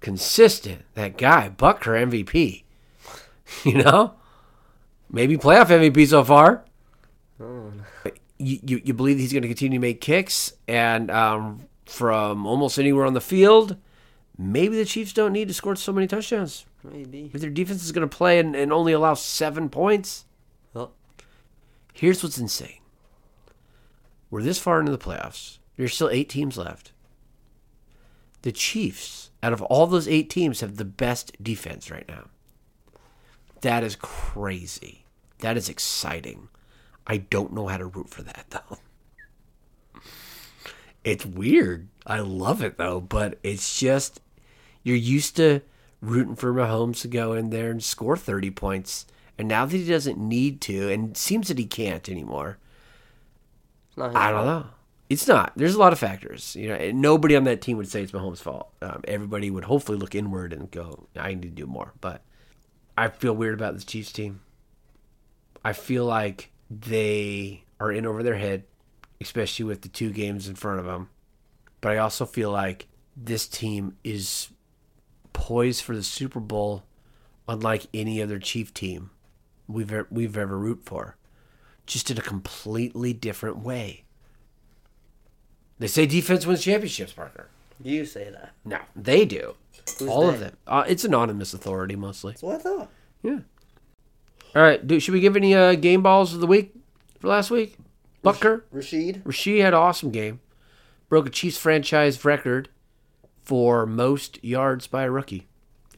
[SPEAKER 1] Consistent. That guy, Butker MVP. You know? Maybe playoff MVP so far. But You, you, you believe he's going to continue to make kicks and um, from almost anywhere on the field. Maybe the Chiefs don't need to score so many touchdowns.
[SPEAKER 2] Maybe.
[SPEAKER 1] If their defense is going to play and, and only allow seven points,
[SPEAKER 2] Well,
[SPEAKER 1] here's what's insane. We're this far into the playoffs. There's still eight teams left. The Chiefs, out of all those eight teams, have the best defense right now. That is crazy. That is exciting. I don't know how to root for that, though. It's weird. I love it, though, but it's just you're used to rooting for Mahomes to go in there and score 30 points. And now that he doesn't need to, and it seems that he can't anymore,
[SPEAKER 2] it's not his
[SPEAKER 1] I don't
[SPEAKER 2] fault.
[SPEAKER 1] know. It's not. There's a lot of factors. You know, and nobody on that team would say it's Mahomes' fault. Um, everybody would hopefully look inward and go, "I need to do more." But I feel weird about this Chiefs team. I feel like they are in over their head, especially with the two games in front of them. But I also feel like this team is poised for the Super Bowl, unlike any other Chief team we've e- we've ever root for, just in a completely different way. They say defense wins championships, Parker.
[SPEAKER 2] You say that.
[SPEAKER 1] No, they do.
[SPEAKER 2] Who's
[SPEAKER 1] All of
[SPEAKER 2] they?
[SPEAKER 1] them. Uh, it's anonymous authority mostly.
[SPEAKER 2] That's what I thought.
[SPEAKER 1] Yeah. All right. Do, should we give any uh, game balls of the week for last week? Bucker.
[SPEAKER 2] Rashid.
[SPEAKER 1] Rasheed had an awesome game. Broke a Chiefs franchise record for most yards by a rookie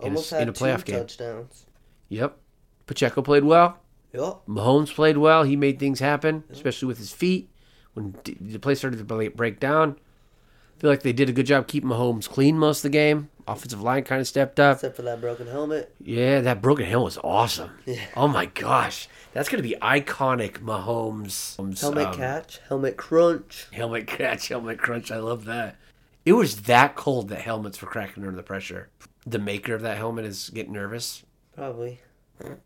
[SPEAKER 1] in, a,
[SPEAKER 2] Almost
[SPEAKER 1] s-
[SPEAKER 2] had
[SPEAKER 1] in a playoff
[SPEAKER 2] two
[SPEAKER 1] game.
[SPEAKER 2] touchdowns.
[SPEAKER 1] Yep. Pacheco played well.
[SPEAKER 2] Yep.
[SPEAKER 1] Mahomes played well. He made things happen, especially with his feet when d- the play started to ble- break down. I feel like they did a good job keeping Mahomes clean most of the game. Offensive line kind of stepped up.
[SPEAKER 2] Except for that broken helmet.
[SPEAKER 1] Yeah, that broken hill was awesome.
[SPEAKER 2] Yeah.
[SPEAKER 1] Oh my gosh, that's gonna be iconic. Mahomes Mahomes,
[SPEAKER 2] Helmet
[SPEAKER 1] um,
[SPEAKER 2] catch. Helmet crunch.
[SPEAKER 1] helmet catch, helmet crunch. I love that. It was that cold that helmets were cracking under the pressure. The maker of that helmet is getting nervous
[SPEAKER 2] Probably.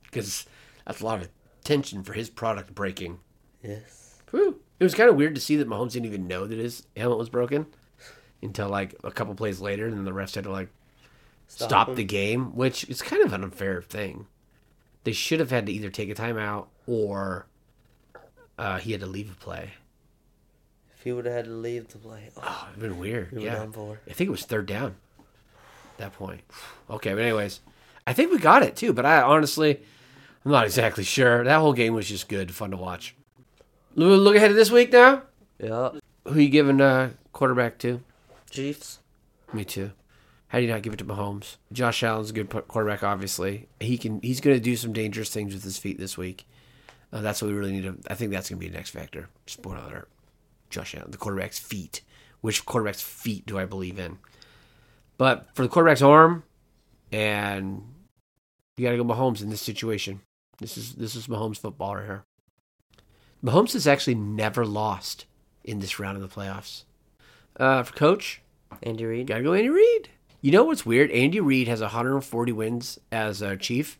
[SPEAKER 1] because that's a lot of tension for his product breaking.
[SPEAKER 2] Yes.
[SPEAKER 1] Whew. It was kind of weird to see that Mahomes didn't even know that his helmet was broken until like a couple plays later, and then the refs had to like stop,
[SPEAKER 2] him.
[SPEAKER 1] the game, which is kind of an unfair thing. They should have had to either take a timeout or uh, he had to leave a play.
[SPEAKER 2] If he would have had to leave the play. Oh,
[SPEAKER 1] Oh, it'd been weird.
[SPEAKER 2] we were
[SPEAKER 1] yeah,
[SPEAKER 2] down four.
[SPEAKER 1] I think it was third down. At that point, okay. But anyways, I think we got it too. But I honestly, I'm not exactly sure. That whole game was just good, fun to watch. Lou, Look ahead to this week now.
[SPEAKER 2] Yeah.
[SPEAKER 1] Who you giving uh, quarterback to?
[SPEAKER 2] Chiefs.
[SPEAKER 1] Me too. How do you not give it to Mahomes? Josh Allen's a good pu- quarterback, obviously. He can. He's going to do some dangerous things with his feet this week. Uh, that's what we really need to. I think that's going to be the next factor. Spoiler alert: Josh Allen, the quarterback's feet. Which quarterback's feet do I believe in? But for the quarterback's arm, and you got to go Mahomes in this situation. This is this is Mahomes football right here. Mahomes has actually never lost in this round of the playoffs. Uh, for coach,
[SPEAKER 2] Andy Reid.
[SPEAKER 1] Gotta go Andy Reid. You know what's weird? Andy Reid has 140 wins as a Chief,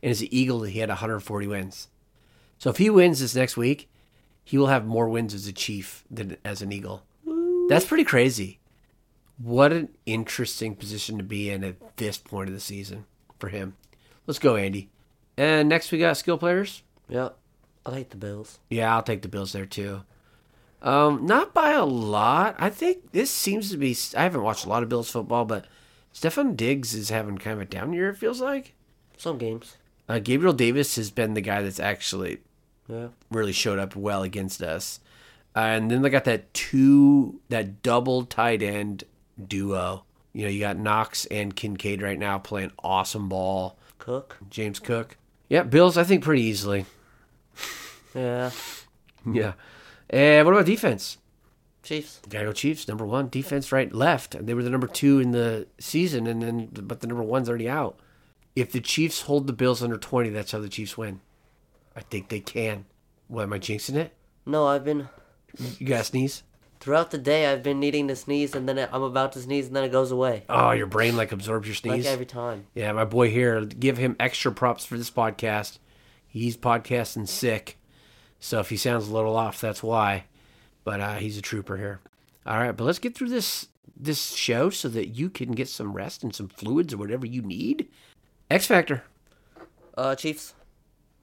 [SPEAKER 1] and as an Eagle, he had 140 wins. So if he wins this next week, he will have more wins as a Chief than as an Eagle. That's pretty crazy. What an interesting position to be in at this point of the season for him. Let's go, Andy. And next we got skill players.
[SPEAKER 2] Yep. I like the Bills.
[SPEAKER 1] Yeah, I'll take the Bills there too. Um, not by a lot. I think this seems to be. I haven't watched a lot of Bills football, but Stefan Diggs is having kind of a down year. It feels like.
[SPEAKER 2] Some games.
[SPEAKER 1] Uh, Gabriel Davis has been the guy that's actually
[SPEAKER 2] Yeah.
[SPEAKER 1] really showed up well against us. Uh, and then they got that two, that double tight end duo. You know, you got Knox and Kincaid right now playing awesome ball.
[SPEAKER 2] Cook.
[SPEAKER 1] James Cook. Yeah, Bills, I think pretty easily.
[SPEAKER 2] Yeah.
[SPEAKER 1] Yeah. And what about defense?
[SPEAKER 2] Chiefs.
[SPEAKER 1] Gotta go Chiefs, number one. Defense right, left. They were the number two in the season, and then but the number one's already out. If the Chiefs hold the Bills under twenty, that's how the Chiefs win. I think they can. What am I jinxing it?
[SPEAKER 2] No, I've been
[SPEAKER 1] You gotta sneeze?
[SPEAKER 2] throughout the day. I've been needing to sneeze, and then it, I'm about to sneeze, and then it goes away.
[SPEAKER 1] Oh, your brain like absorbs your
[SPEAKER 2] Like
[SPEAKER 1] sneeze.
[SPEAKER 2] every time.
[SPEAKER 1] yeah, my boy here, give him extra props for this podcast. He's podcasting sick, so if he sounds a little off, that's why. But uh, he's a trooper here. All right, but let's get through this this show so that you can get some rest and some fluids or whatever you need. X Factor.
[SPEAKER 2] Uh, Chiefs.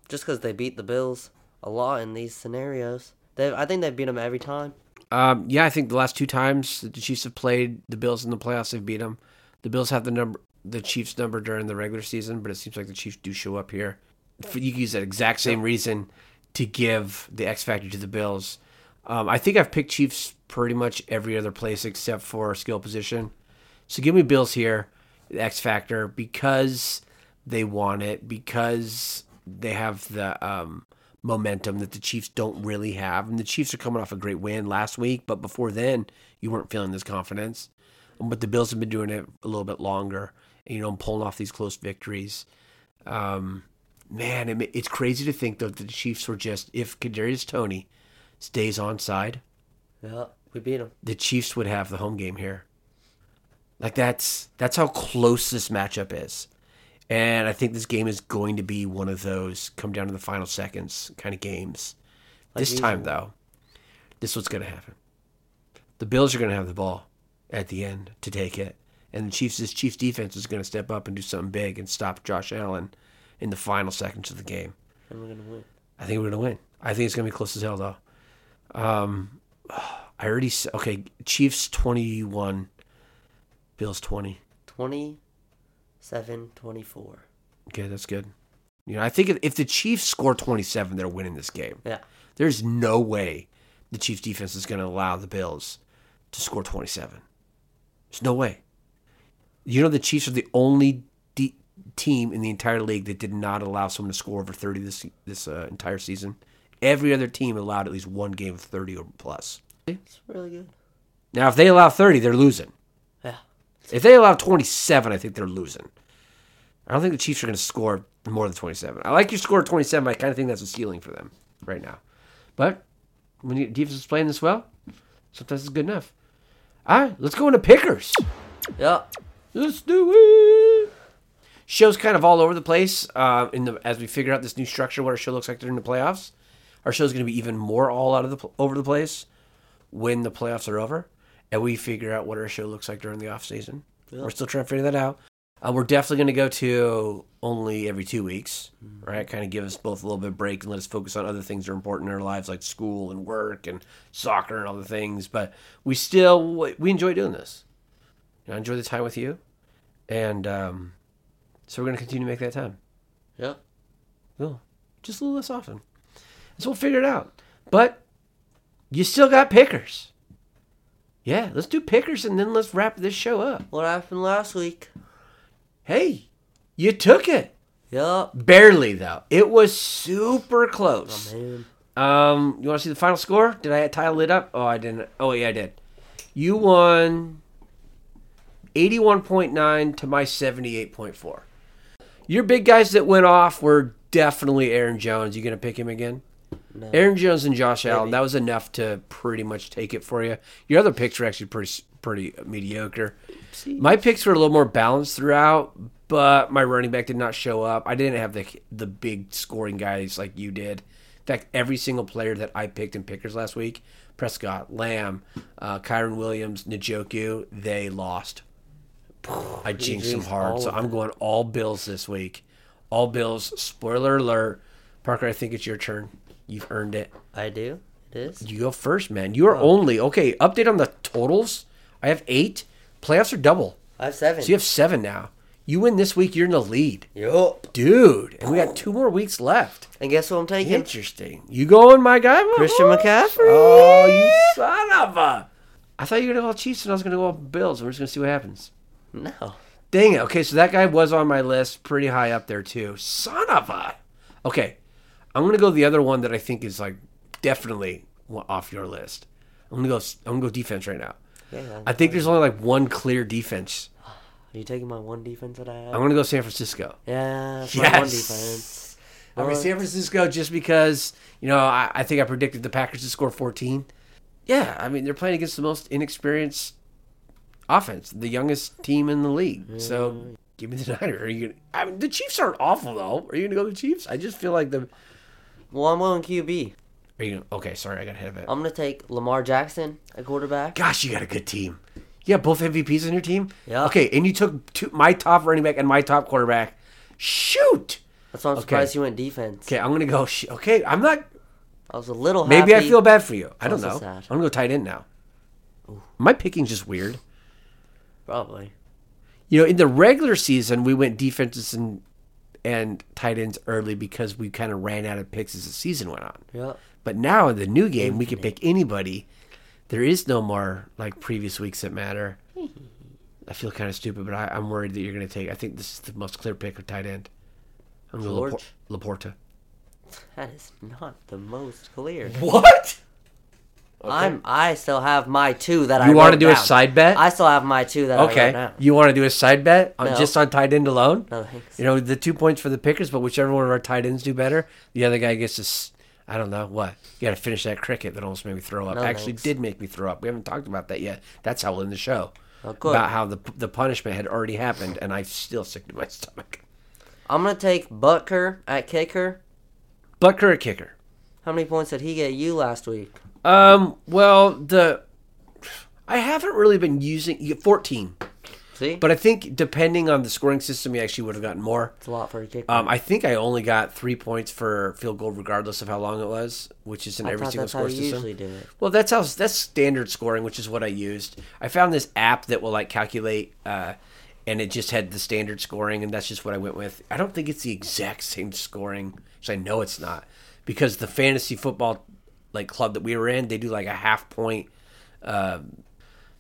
[SPEAKER 2] Just because they beat the Bills a lot in these scenarios, they I think they beat them every time.
[SPEAKER 1] Um, yeah, I think the last two times that the Chiefs have played the Bills in the playoffs, they've beat them. The Bills have the number, the Chiefs number during the regular season, but it seems like the Chiefs do show up here. For, you can use that exact same reason to give the X factor to the Bills. Um, I think I've picked Chiefs pretty much every other place except for skill position. So give me Bills here, the X factor, because they want it, because they have the um, momentum that the Chiefs don't really have. And the Chiefs are coming off a great win last week, but before then, you weren't feeling this confidence. But the Bills have been doing it a little bit longer, and you know, pulling off these close victories. Um, man, it, ma- it's crazy to think though that the Chiefs were just if Kadarius Tony stays on side,
[SPEAKER 2] Yeah, we beat them.
[SPEAKER 1] the Chiefs would have the home game here. Like that's that's how close this matchup is. And I think this game is going to be one of those come down to the final seconds kind of games. this time though, this is what's gonna happen. The Bills are gonna have the ball at the end to take it. And the Chiefs this Chiefs defense is gonna step up and do something big and stop Josh Allen in the final seconds of the game.
[SPEAKER 2] And we're gonna win.
[SPEAKER 1] I think we're gonna win. I think it's gonna be close as hell though. Um, I already s okay. Chiefs twenty one, Bills twenty.
[SPEAKER 2] 27-24.
[SPEAKER 1] Okay, that's good. You know, I think if, if the Chiefs score twenty seven, they're winning this game.
[SPEAKER 2] Yeah.
[SPEAKER 1] There's no way the Chiefs defense is gonna allow the Bills to score twenty seven. There's no way. You know, the Chiefs are the only de- team in the entire league that did not allow someone to score over 30 this this uh, entire season. Every other team allowed at least one game of 30 or plus.
[SPEAKER 2] It's really good.
[SPEAKER 1] Now, if they allow 30, they're losing.
[SPEAKER 2] Yeah.
[SPEAKER 1] If they allow 27, I think they're losing. I don't think the Chiefs are going to score more than 27. I like your score of 27. I kind of think that's a ceiling for them right now. But when your defense is playing this well, sometimes it's good enough. All right, let's go into pickers.
[SPEAKER 2] Yeah.
[SPEAKER 1] Let's do it. Show's kind of all over the place. Uh, in the as we figure out this new structure, what our show looks like during the playoffs, our show's going to be even more all out of the pl- over the place when the playoffs are over, and we figure out what our show looks like during the off season. We're still trying to figure that out. Uh, we're definitely going to go to only every two weeks, right? Kind of give us both a little bit of break and let us focus on other things that are important in our lives, like school and work and soccer and other things. But we still we enjoy doing this. You know, I enjoy the time with you. And um, so we're going to continue to make that time.
[SPEAKER 2] Yeah.
[SPEAKER 1] Cool. Just a little less often. So we'll figure it out. But you still got pickers. Yeah, let's do pickers and then let's wrap this show up.
[SPEAKER 2] What happened last week?
[SPEAKER 1] Hey, you took it.
[SPEAKER 2] Yup.
[SPEAKER 1] Barely, though. It was super close.
[SPEAKER 2] Man.
[SPEAKER 1] Um, you want to see the final score? Did I tile it up? Oh, I didn't. Oh, yeah, I did. You won 81.9 to my 78.4. Your big guys that went off were definitely Aaron Jones. You going to pick him again?
[SPEAKER 2] No.
[SPEAKER 1] Aaron Jones and Josh Allen. That was enough to pretty much take it for you. Your other picks were actually pretty s- pretty uh, mediocre. My picks were a little more balanced throughout, but my running back did not show up. I didn't have the the big scoring guys like you did. In fact, every single player that I picked in pickers last week, Prescott, Lamb, uh, Kyron Williams, Njoku, they lost. I jinxed them
[SPEAKER 2] jinxed
[SPEAKER 1] hard,
[SPEAKER 2] all
[SPEAKER 1] so
[SPEAKER 2] of
[SPEAKER 1] I'm going all Bills this week. All Bills. Spoiler alert. Parker, I think it's your turn. You've earned it.
[SPEAKER 2] I do. It is.
[SPEAKER 1] You go first, man. You are only okay. Update on the totals. I have eight. Playoffs are double,
[SPEAKER 2] I have seven.
[SPEAKER 1] so you have seven now. You win this week, you're in the lead,
[SPEAKER 2] Yup.
[SPEAKER 1] dude. And we got two more weeks left.
[SPEAKER 2] And guess what I'm taking?
[SPEAKER 1] Interesting. You going, my guy?
[SPEAKER 2] Christian McCaffrey.
[SPEAKER 1] Oh, you son of a! I thought you were gonna go Chiefs, and I was gonna go all Bills. and We're just gonna see what happens.
[SPEAKER 2] No.
[SPEAKER 1] Dang it. Okay, so that guy was on my list, pretty high up there too. Son of a. Okay, I'm gonna go the other one that I think is like definitely wa- off your list. I'm gonna go. s- I'm gonna go defense right now.
[SPEAKER 2] Yeah.
[SPEAKER 1] I think there's only like one clear defense.
[SPEAKER 2] Are you taking my one defense that I have?
[SPEAKER 1] I'm gonna go San Francisco.
[SPEAKER 2] yeah. That's my one
[SPEAKER 1] Yes.
[SPEAKER 2] defense.
[SPEAKER 1] I mean San Francisco just because you know I, I think I predicted the Packers to score 14. Yeah, I mean they're playing against the most inexperienced offense, the youngest team in the league. So give me the Niners. Are you? Gonna, I mean the Chiefs aren't awful though. Are you gonna go the Chiefs? I just feel like the.
[SPEAKER 2] Well, I'm going QB.
[SPEAKER 1] Are you? Gonna, okay, sorry, I got ahead of it.
[SPEAKER 2] I'm gonna take Lamar Jackson, a quarterback.
[SPEAKER 1] Gosh, you got a good team. Yeah, both MVPs on your team.
[SPEAKER 2] Yeah.
[SPEAKER 1] Okay, and you took two, my top running back and my top quarterback. Shoot.
[SPEAKER 2] That's why I'm surprised you went defense.
[SPEAKER 1] Okay, I'm gonna go. sh- Okay, I'm not.
[SPEAKER 2] I was a little
[SPEAKER 1] Maybe I
[SPEAKER 2] happy.
[SPEAKER 1] feel bad for you. I don't
[SPEAKER 2] Also
[SPEAKER 1] know.
[SPEAKER 2] Oh, sad.
[SPEAKER 1] I'm gonna go tight end now. My picking's just weird.
[SPEAKER 2] Probably.
[SPEAKER 1] You know, in the regular season, we went defenses and and tight ends early because we kind of ran out of picks as the season went on.
[SPEAKER 2] Yep.
[SPEAKER 1] But now in the new game, we can pick anybody. There is no more like previous weeks that matter. I feel kind of stupid, but I, I'm worried that you're going to take. I think this is the most clear pick of tight end. I'm going to
[SPEAKER 2] George.
[SPEAKER 1] Laporta.
[SPEAKER 2] That is not the most clear.
[SPEAKER 1] What?
[SPEAKER 2] I'm. I still have my two that I.
[SPEAKER 1] You
[SPEAKER 2] want
[SPEAKER 1] wanna do a side bet?
[SPEAKER 2] I still have my two that I wrote
[SPEAKER 1] Okay.
[SPEAKER 2] down.
[SPEAKER 1] You want to do a side bet on
[SPEAKER 2] No.
[SPEAKER 1] just on tight end alone?
[SPEAKER 2] No thanks.
[SPEAKER 1] You know, the two points for the pickers, but whichever one of our tight ends do better, the other guy gets to, s- I don't know, what? You got to finish that cricket that almost made me throw up.
[SPEAKER 2] No,
[SPEAKER 1] Actually,
[SPEAKER 2] thanks.
[SPEAKER 1] did make me throw up. We haven't talked about that yet. That's how we'll end the show.
[SPEAKER 2] Oh, good.
[SPEAKER 1] About how the, the punishment had already happened, and I still sick to my stomach.
[SPEAKER 2] I'm gonna take Butker at kicker.
[SPEAKER 1] Butker a kicker.
[SPEAKER 2] How many points did he get you last week?
[SPEAKER 1] Um, well, the. I haven't really been using you get 14,
[SPEAKER 2] See,
[SPEAKER 1] but I think depending on the scoring system, you actually would have gotten more.
[SPEAKER 2] it's a lot for a kicker.
[SPEAKER 1] Um, I think I only got three points for field goal, regardless of how long it was, which is in
[SPEAKER 2] I
[SPEAKER 1] every
[SPEAKER 2] thought
[SPEAKER 1] single
[SPEAKER 2] that's how
[SPEAKER 1] score
[SPEAKER 2] you
[SPEAKER 1] system.
[SPEAKER 2] usually do it.
[SPEAKER 1] Well, that's how that's standard scoring, which is what I used. I found this app that will like calculate, uh, and it just had the standard scoring, and that's just what I went with. I don't think it's the exact same scoring, which I know it's not, because the fantasy football like club that we were in, they do like a half point. Um,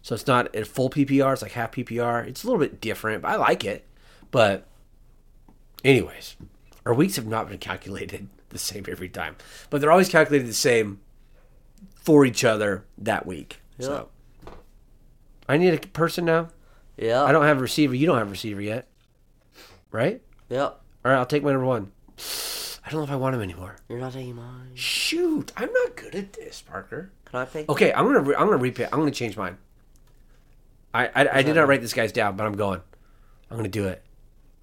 [SPEAKER 1] so it's not a full PPR; it's like half PPR. It's a little bit different, but I like it. But Anyways, our weeks have not been calculated the same every time, but they're always calculated the same for each other that week. So I need a person now.
[SPEAKER 2] Yeah.
[SPEAKER 1] I don't have a receiver. You don't have a receiver yet, right?
[SPEAKER 2] Yep.
[SPEAKER 1] All right, I'll take my number one. I don't know if I want him anymore.
[SPEAKER 2] You're not taking mine.
[SPEAKER 1] Shoot, I'm not good at this, Parker.
[SPEAKER 2] Can I pick?
[SPEAKER 1] Okay, I'm gonna re- I'm gonna repick. I'm gonna change mine. I I, I did not write this guy's down, but I'm going. I'm gonna do it.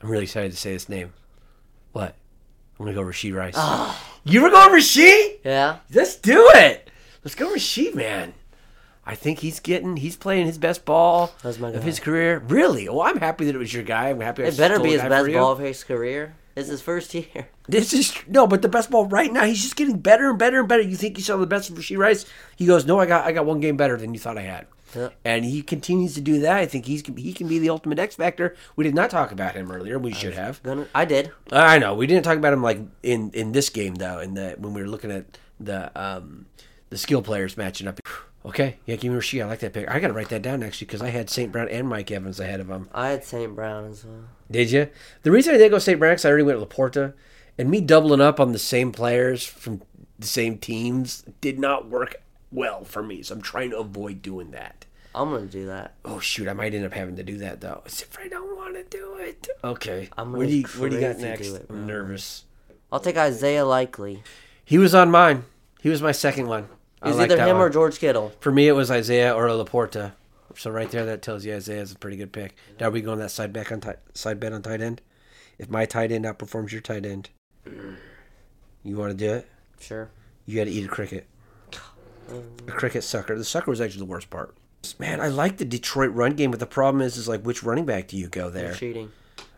[SPEAKER 1] I'm really excited to say this name. What? I'm gonna go Rasheed Rice. you were going Rasheed?
[SPEAKER 2] Yeah.
[SPEAKER 1] Let's do it. Let's go Rasheed, man. I think he's getting he's playing his best ball
[SPEAKER 2] That's my
[SPEAKER 1] of
[SPEAKER 2] guy.
[SPEAKER 1] his career. Really? Well, I'm happy that it was your guy. I'm happy. I
[SPEAKER 2] It better
[SPEAKER 1] stole
[SPEAKER 2] be
[SPEAKER 1] a
[SPEAKER 2] his
[SPEAKER 1] guy for
[SPEAKER 2] best
[SPEAKER 1] you.
[SPEAKER 2] ball of his career. It's his first year.
[SPEAKER 1] This is no, but the best ball right now, he's just getting better and better and better. You think you saw the best of Rasheed Rice? He goes, "No, I got I got one game better than you thought I had,"
[SPEAKER 2] Yeah.
[SPEAKER 1] and he continues to do that. I think he's he can be the ultimate X factor. We did not talk about him earlier. We should have.
[SPEAKER 2] Gonna, I did.
[SPEAKER 1] I know we didn't talk about him like in in this game though. In the when we were looking at the um the skill players matching up. Okay, yeah, give me Rasheed. I like that pick. I got to write that down actually because I had St. Brown and Mike Evans ahead of him.
[SPEAKER 2] I had St. Brown as well.
[SPEAKER 1] Did you? The reason I didn't go St. Branks, I already went Laporta, and me doubling up on the same players from the same teams did not work well for me. So I'm trying to avoid doing that.
[SPEAKER 2] I'm gonna do that.
[SPEAKER 1] Oh shoot, I might end up having to do that though. As if I don't want to do it. Okay.
[SPEAKER 2] I'm
[SPEAKER 1] where
[SPEAKER 2] gonna
[SPEAKER 1] do you where do you got
[SPEAKER 2] crazy
[SPEAKER 1] next?
[SPEAKER 2] do it, bro.
[SPEAKER 1] I'm nervous.
[SPEAKER 2] I'll take Isaiah Likely.
[SPEAKER 1] He was on mine. He was my second one. I
[SPEAKER 2] It's
[SPEAKER 1] like
[SPEAKER 2] either
[SPEAKER 1] that
[SPEAKER 2] him
[SPEAKER 1] one.
[SPEAKER 2] or George Kittle.
[SPEAKER 1] for me it was Isaiah or Laporta. So right there that tells you Isaiah's a pretty good pick. Now we go on that side back on tight side bet on tight end. If my tight end outperforms your tight end, you want to do it?
[SPEAKER 2] Sure.
[SPEAKER 1] you got to eat a cricket. A cricket sucker. The sucker was actually the worst part. Man, I like the Detroit run game, but the problem is, is like which running back do you go there?
[SPEAKER 2] Cheating.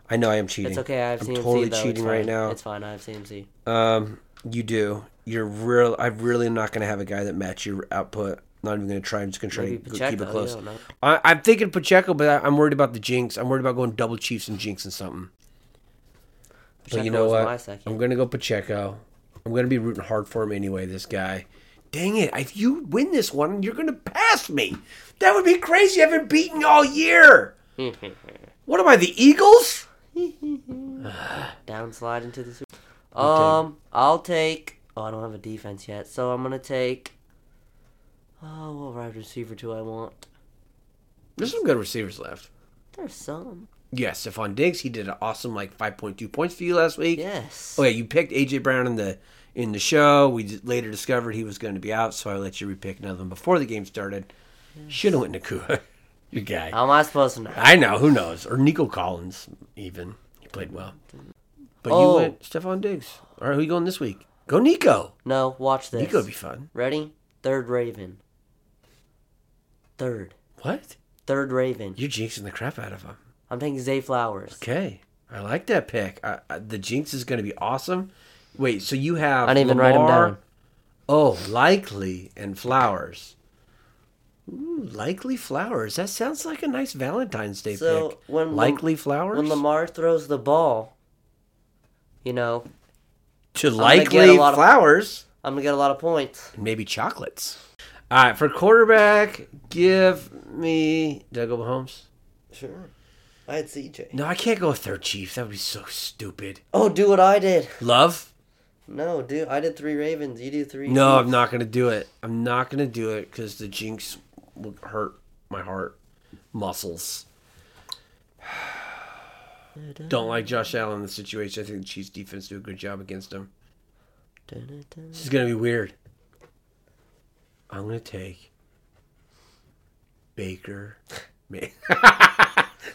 [SPEAKER 1] I know I am cheating.
[SPEAKER 2] It's okay. I have
[SPEAKER 1] I'm
[SPEAKER 2] CMC.
[SPEAKER 1] totally
[SPEAKER 2] though. It's
[SPEAKER 1] cheating right
[SPEAKER 2] fine.
[SPEAKER 1] now.
[SPEAKER 2] It's fine. I have CMC.
[SPEAKER 1] Um, you do. You're real. I really am not going to have a guy that match your output. Not even going to try. I'm just going to try
[SPEAKER 2] Maybe
[SPEAKER 1] to keep
[SPEAKER 2] Pacheco,
[SPEAKER 1] it
[SPEAKER 2] you
[SPEAKER 1] close.
[SPEAKER 2] don't know.
[SPEAKER 1] I, I'm thinking Pacheco, but I, I'm worried about the jinx. I'm worried about going double Chiefs and jinx and something. but you
[SPEAKER 2] Pacheco
[SPEAKER 1] know
[SPEAKER 2] was
[SPEAKER 1] what?
[SPEAKER 2] my second.
[SPEAKER 1] I'm going to go Pacheco. I'm going to be rooting hard for him anyway. This guy. Dang it! If you win this one, you're going to pass me. That would be crazy. I haven't beaten you all year. what am I? The Eagles?
[SPEAKER 2] Downslide into the Super. Um, I'll take. Oh, I don't have a defense yet, so I'm gonna take. Oh, what wide receiver do I want?
[SPEAKER 1] There's some good receivers left.
[SPEAKER 2] There's some.
[SPEAKER 1] Yes, Stephon Diggs. He did an awesome like 5.2 points for you last week.
[SPEAKER 2] Yes.
[SPEAKER 1] Oh yeah, you picked AJ Brown in the in the show. We d- later discovered he was going to be out, so I let you repick another one before the game started. Should have went Nakua, your guy.
[SPEAKER 2] How am I supposed to know?
[SPEAKER 1] I know who knows or Nico Collins even he played well, but
[SPEAKER 2] Oh.
[SPEAKER 1] you went Stephon Diggs. All right, who you going this week? Go Nico.
[SPEAKER 2] No, watch this.
[SPEAKER 1] Nico'd be fun.
[SPEAKER 2] Ready? Third Raven. Third.
[SPEAKER 1] What?
[SPEAKER 2] Third Raven.
[SPEAKER 1] You're jinxing the crap out of him.
[SPEAKER 2] I'm taking Zay Flowers.
[SPEAKER 1] Okay, I like that pick. I, I, the jinx is going to be awesome. Wait, so you have
[SPEAKER 2] I didn't even write 'em down.
[SPEAKER 1] Oh, likely and flowers. Ooh, likely flowers. That sounds like a nice Valentine's Day
[SPEAKER 2] So,
[SPEAKER 1] pick.
[SPEAKER 2] when Lam-
[SPEAKER 1] likely flowers
[SPEAKER 2] When Lamar throws the ball, you know,
[SPEAKER 1] to
[SPEAKER 2] gonna get a
[SPEAKER 1] likely
[SPEAKER 2] lot of-
[SPEAKER 1] flowers,
[SPEAKER 2] I'm gonna get a lot of points.
[SPEAKER 1] and maybe chocolates. All right, for quarterback, give me. Did I go Mahomes?
[SPEAKER 2] Sure. I had CJ.
[SPEAKER 1] No, I can't go with third chief. That would be so stupid.
[SPEAKER 2] Oh, do what I did.
[SPEAKER 1] Love.
[SPEAKER 2] No, dude, I did three Ravens. You do three.
[SPEAKER 1] No, I'm
[SPEAKER 2] Chiefs.
[SPEAKER 1] not gonna do it. I'm not gonna do it because the jinx will hurt my heart muscles. Don't like Josh Allen in the situation. I think the Chiefs defense do a good job against him.
[SPEAKER 2] Dun-dun-dun.
[SPEAKER 1] This is gonna be weird. I'm gonna take Baker. May-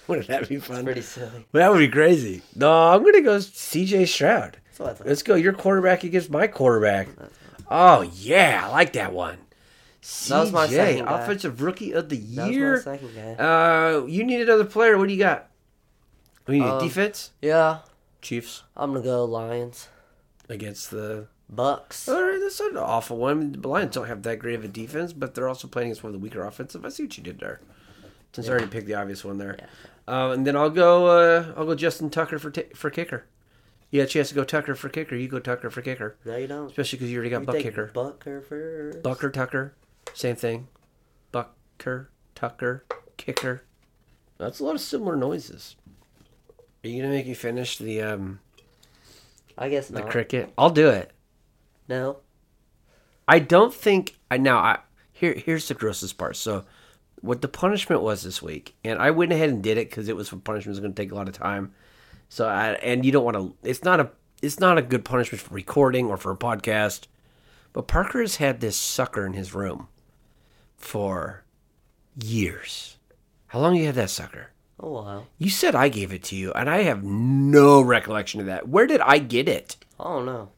[SPEAKER 1] Wouldn't that be fun?
[SPEAKER 2] Pretty silly.
[SPEAKER 1] that would be crazy. No, I'm gonna go C.J. Stroud.
[SPEAKER 2] That's what I thought.
[SPEAKER 1] Let's go. Your quarterback against my quarterback. Oh yeah, I like that one. CJ,
[SPEAKER 2] That was my second guy.
[SPEAKER 1] offensive rookie of the
[SPEAKER 2] That
[SPEAKER 1] year.
[SPEAKER 2] was my second guy.
[SPEAKER 1] Uh, you need another player. What do you got? We need a
[SPEAKER 2] Um,
[SPEAKER 1] defense.
[SPEAKER 2] yeah,
[SPEAKER 1] Chiefs
[SPEAKER 2] I'm gonna go Lions,
[SPEAKER 1] against the.
[SPEAKER 2] Bucks.
[SPEAKER 1] All right, that's not an awful one. The Lions don't have that great of a defense, but they're also playing against one of the weaker offensive. I see what you did there. Since I already picked the obvious one there, um, and then I'll go. Uh, I'll go Justin Tucker for t- for kicker. Yeah, chance to go Tucker for kicker. You go Tucker for kicker,
[SPEAKER 2] No, you don't.
[SPEAKER 1] especially because you already got
[SPEAKER 2] You
[SPEAKER 1] Buck
[SPEAKER 2] take
[SPEAKER 1] kicker.
[SPEAKER 2] Bucker first.
[SPEAKER 1] Bucker Tucker, same thing. Bucker Tucker Kicker. That's a lot of similar noises. Are you gonna make me finish the um
[SPEAKER 2] I guess
[SPEAKER 1] the
[SPEAKER 2] not.
[SPEAKER 1] cricket? I'll do it.
[SPEAKER 2] no.
[SPEAKER 1] I don't think I now I here here's the grossest part. So what the punishment was this week, and I went ahead and did it because it was punishment was going to take a lot of time. So I and you don't want to. It's not a it's not a good punishment for recording or for a podcast. But Parker has had this sucker in his room for years. How long you had that sucker?
[SPEAKER 2] Oh wow.
[SPEAKER 1] You said I gave it to you, and I have no recollection of that. Where did I get it?
[SPEAKER 2] I don't know.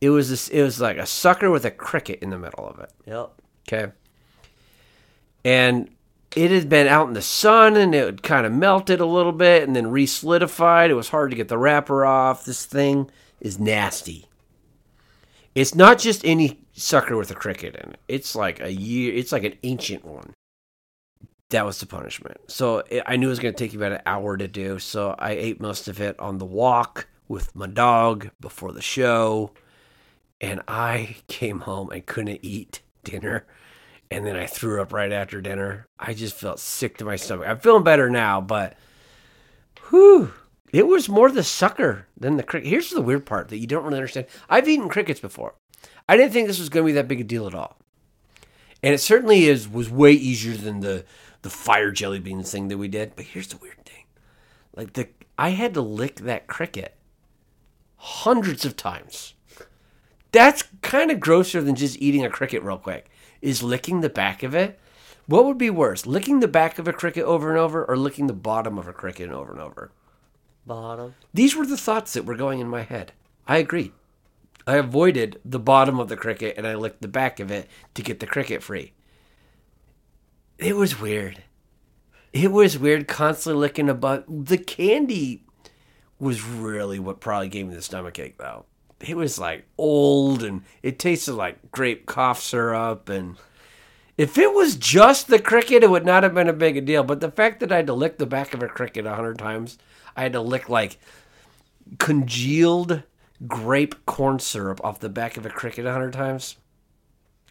[SPEAKER 1] It was this. It was like a sucker with a cricket in the middle of it.
[SPEAKER 2] Yep.
[SPEAKER 1] Okay. And it had been out in the sun and it kind of melted a little bit and then re solidified. It was hard to get the wrapper off. This thing is nasty. It's not just any sucker with a cricket in it. It's like a year, it's like an ancient one. That was the punishment. So it, I knew it was going to take about an hour to do. So I ate most of it on the walk with my dog before the show and I came home and couldn't eat dinner. And then I threw up right after dinner. I just felt sick to my stomach. I'm feeling better now, but whew, it was more the sucker than the cricket. Here's the weird part that you don't really understand. I've eaten crickets before. I didn't think this was going to be that big a deal at all. And it certainly is was way easier than the the fire jelly beans thing that we did. But here's the weird thing. Like the I had to lick that cricket hundreds of times that's kind of grosser than just eating a cricket real quick is licking the back of it what would be worse licking the back of a cricket over and over or licking the bottom of a cricket over and over
[SPEAKER 2] Bottom.
[SPEAKER 1] these were the thoughts that were going in my head i agree i avoided the bottom of the cricket and i licked the back of it to get the cricket free it was weird it was weird constantly licking above the candy was really what probably gave me the stomach ache though. It was like old and it tasted like grape cough syrup and if it was just the cricket, it would not have been a big a deal. But the fact that I had to lick the back of a cricket a hundred times, I had to lick like congealed grape corn syrup off the back of a cricket a hundred times.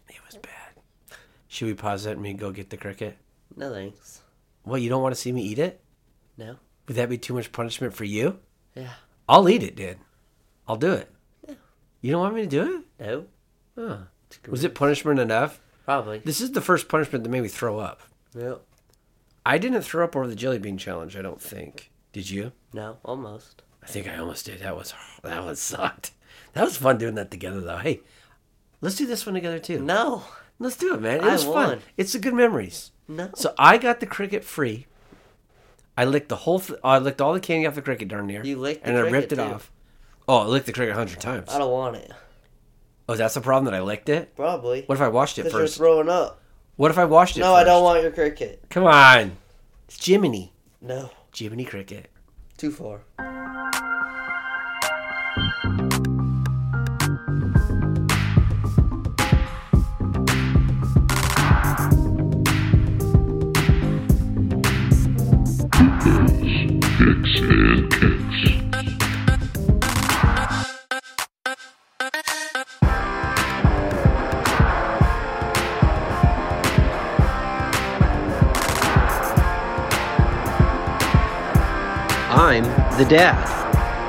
[SPEAKER 1] It was bad. Should we pause that and me go get the cricket?
[SPEAKER 2] No thanks.
[SPEAKER 1] What, you don't want to see me eat it?
[SPEAKER 2] No.
[SPEAKER 1] Would that be too much punishment for you?
[SPEAKER 2] Yeah.
[SPEAKER 1] I'll eat it, dude. I'll do it. You don't want me to do it?
[SPEAKER 2] No.
[SPEAKER 1] Huh. Was it punishment enough?
[SPEAKER 2] Probably.
[SPEAKER 1] This is the first punishment that made me throw up.
[SPEAKER 2] No.
[SPEAKER 1] I didn't throw up over the jelly bean challenge. I don't think. Did you?
[SPEAKER 2] No. Almost.
[SPEAKER 1] I think I almost did. That was that was sucked. That was fun doing that together though. Hey, let's do this one together too.
[SPEAKER 2] No.
[SPEAKER 1] Let's do it, man. It
[SPEAKER 2] I
[SPEAKER 1] was fun.
[SPEAKER 2] won.
[SPEAKER 1] It's the good memories.
[SPEAKER 2] No.
[SPEAKER 1] So I got the cricket free. I licked the whole. Th- I licked all the candy off the cricket darn near.
[SPEAKER 2] You licked the
[SPEAKER 1] and I ripped
[SPEAKER 2] cricket,
[SPEAKER 1] it
[SPEAKER 2] too.
[SPEAKER 1] off. Oh, I licked the cricket a hundred times.
[SPEAKER 2] I don't want it.
[SPEAKER 1] Oh, that's the problem that I licked it.
[SPEAKER 2] Probably.
[SPEAKER 1] What if I washed it
[SPEAKER 2] Because you're
[SPEAKER 1] first?
[SPEAKER 2] throwing up.
[SPEAKER 1] what if I washed it?
[SPEAKER 2] No, I don't want your cricket.
[SPEAKER 1] Come on, it's Jiminy,
[SPEAKER 2] No.
[SPEAKER 1] Jiminy Cricket.
[SPEAKER 2] Too far.
[SPEAKER 3] I'm the dad.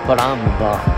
[SPEAKER 2] But I'm the boss.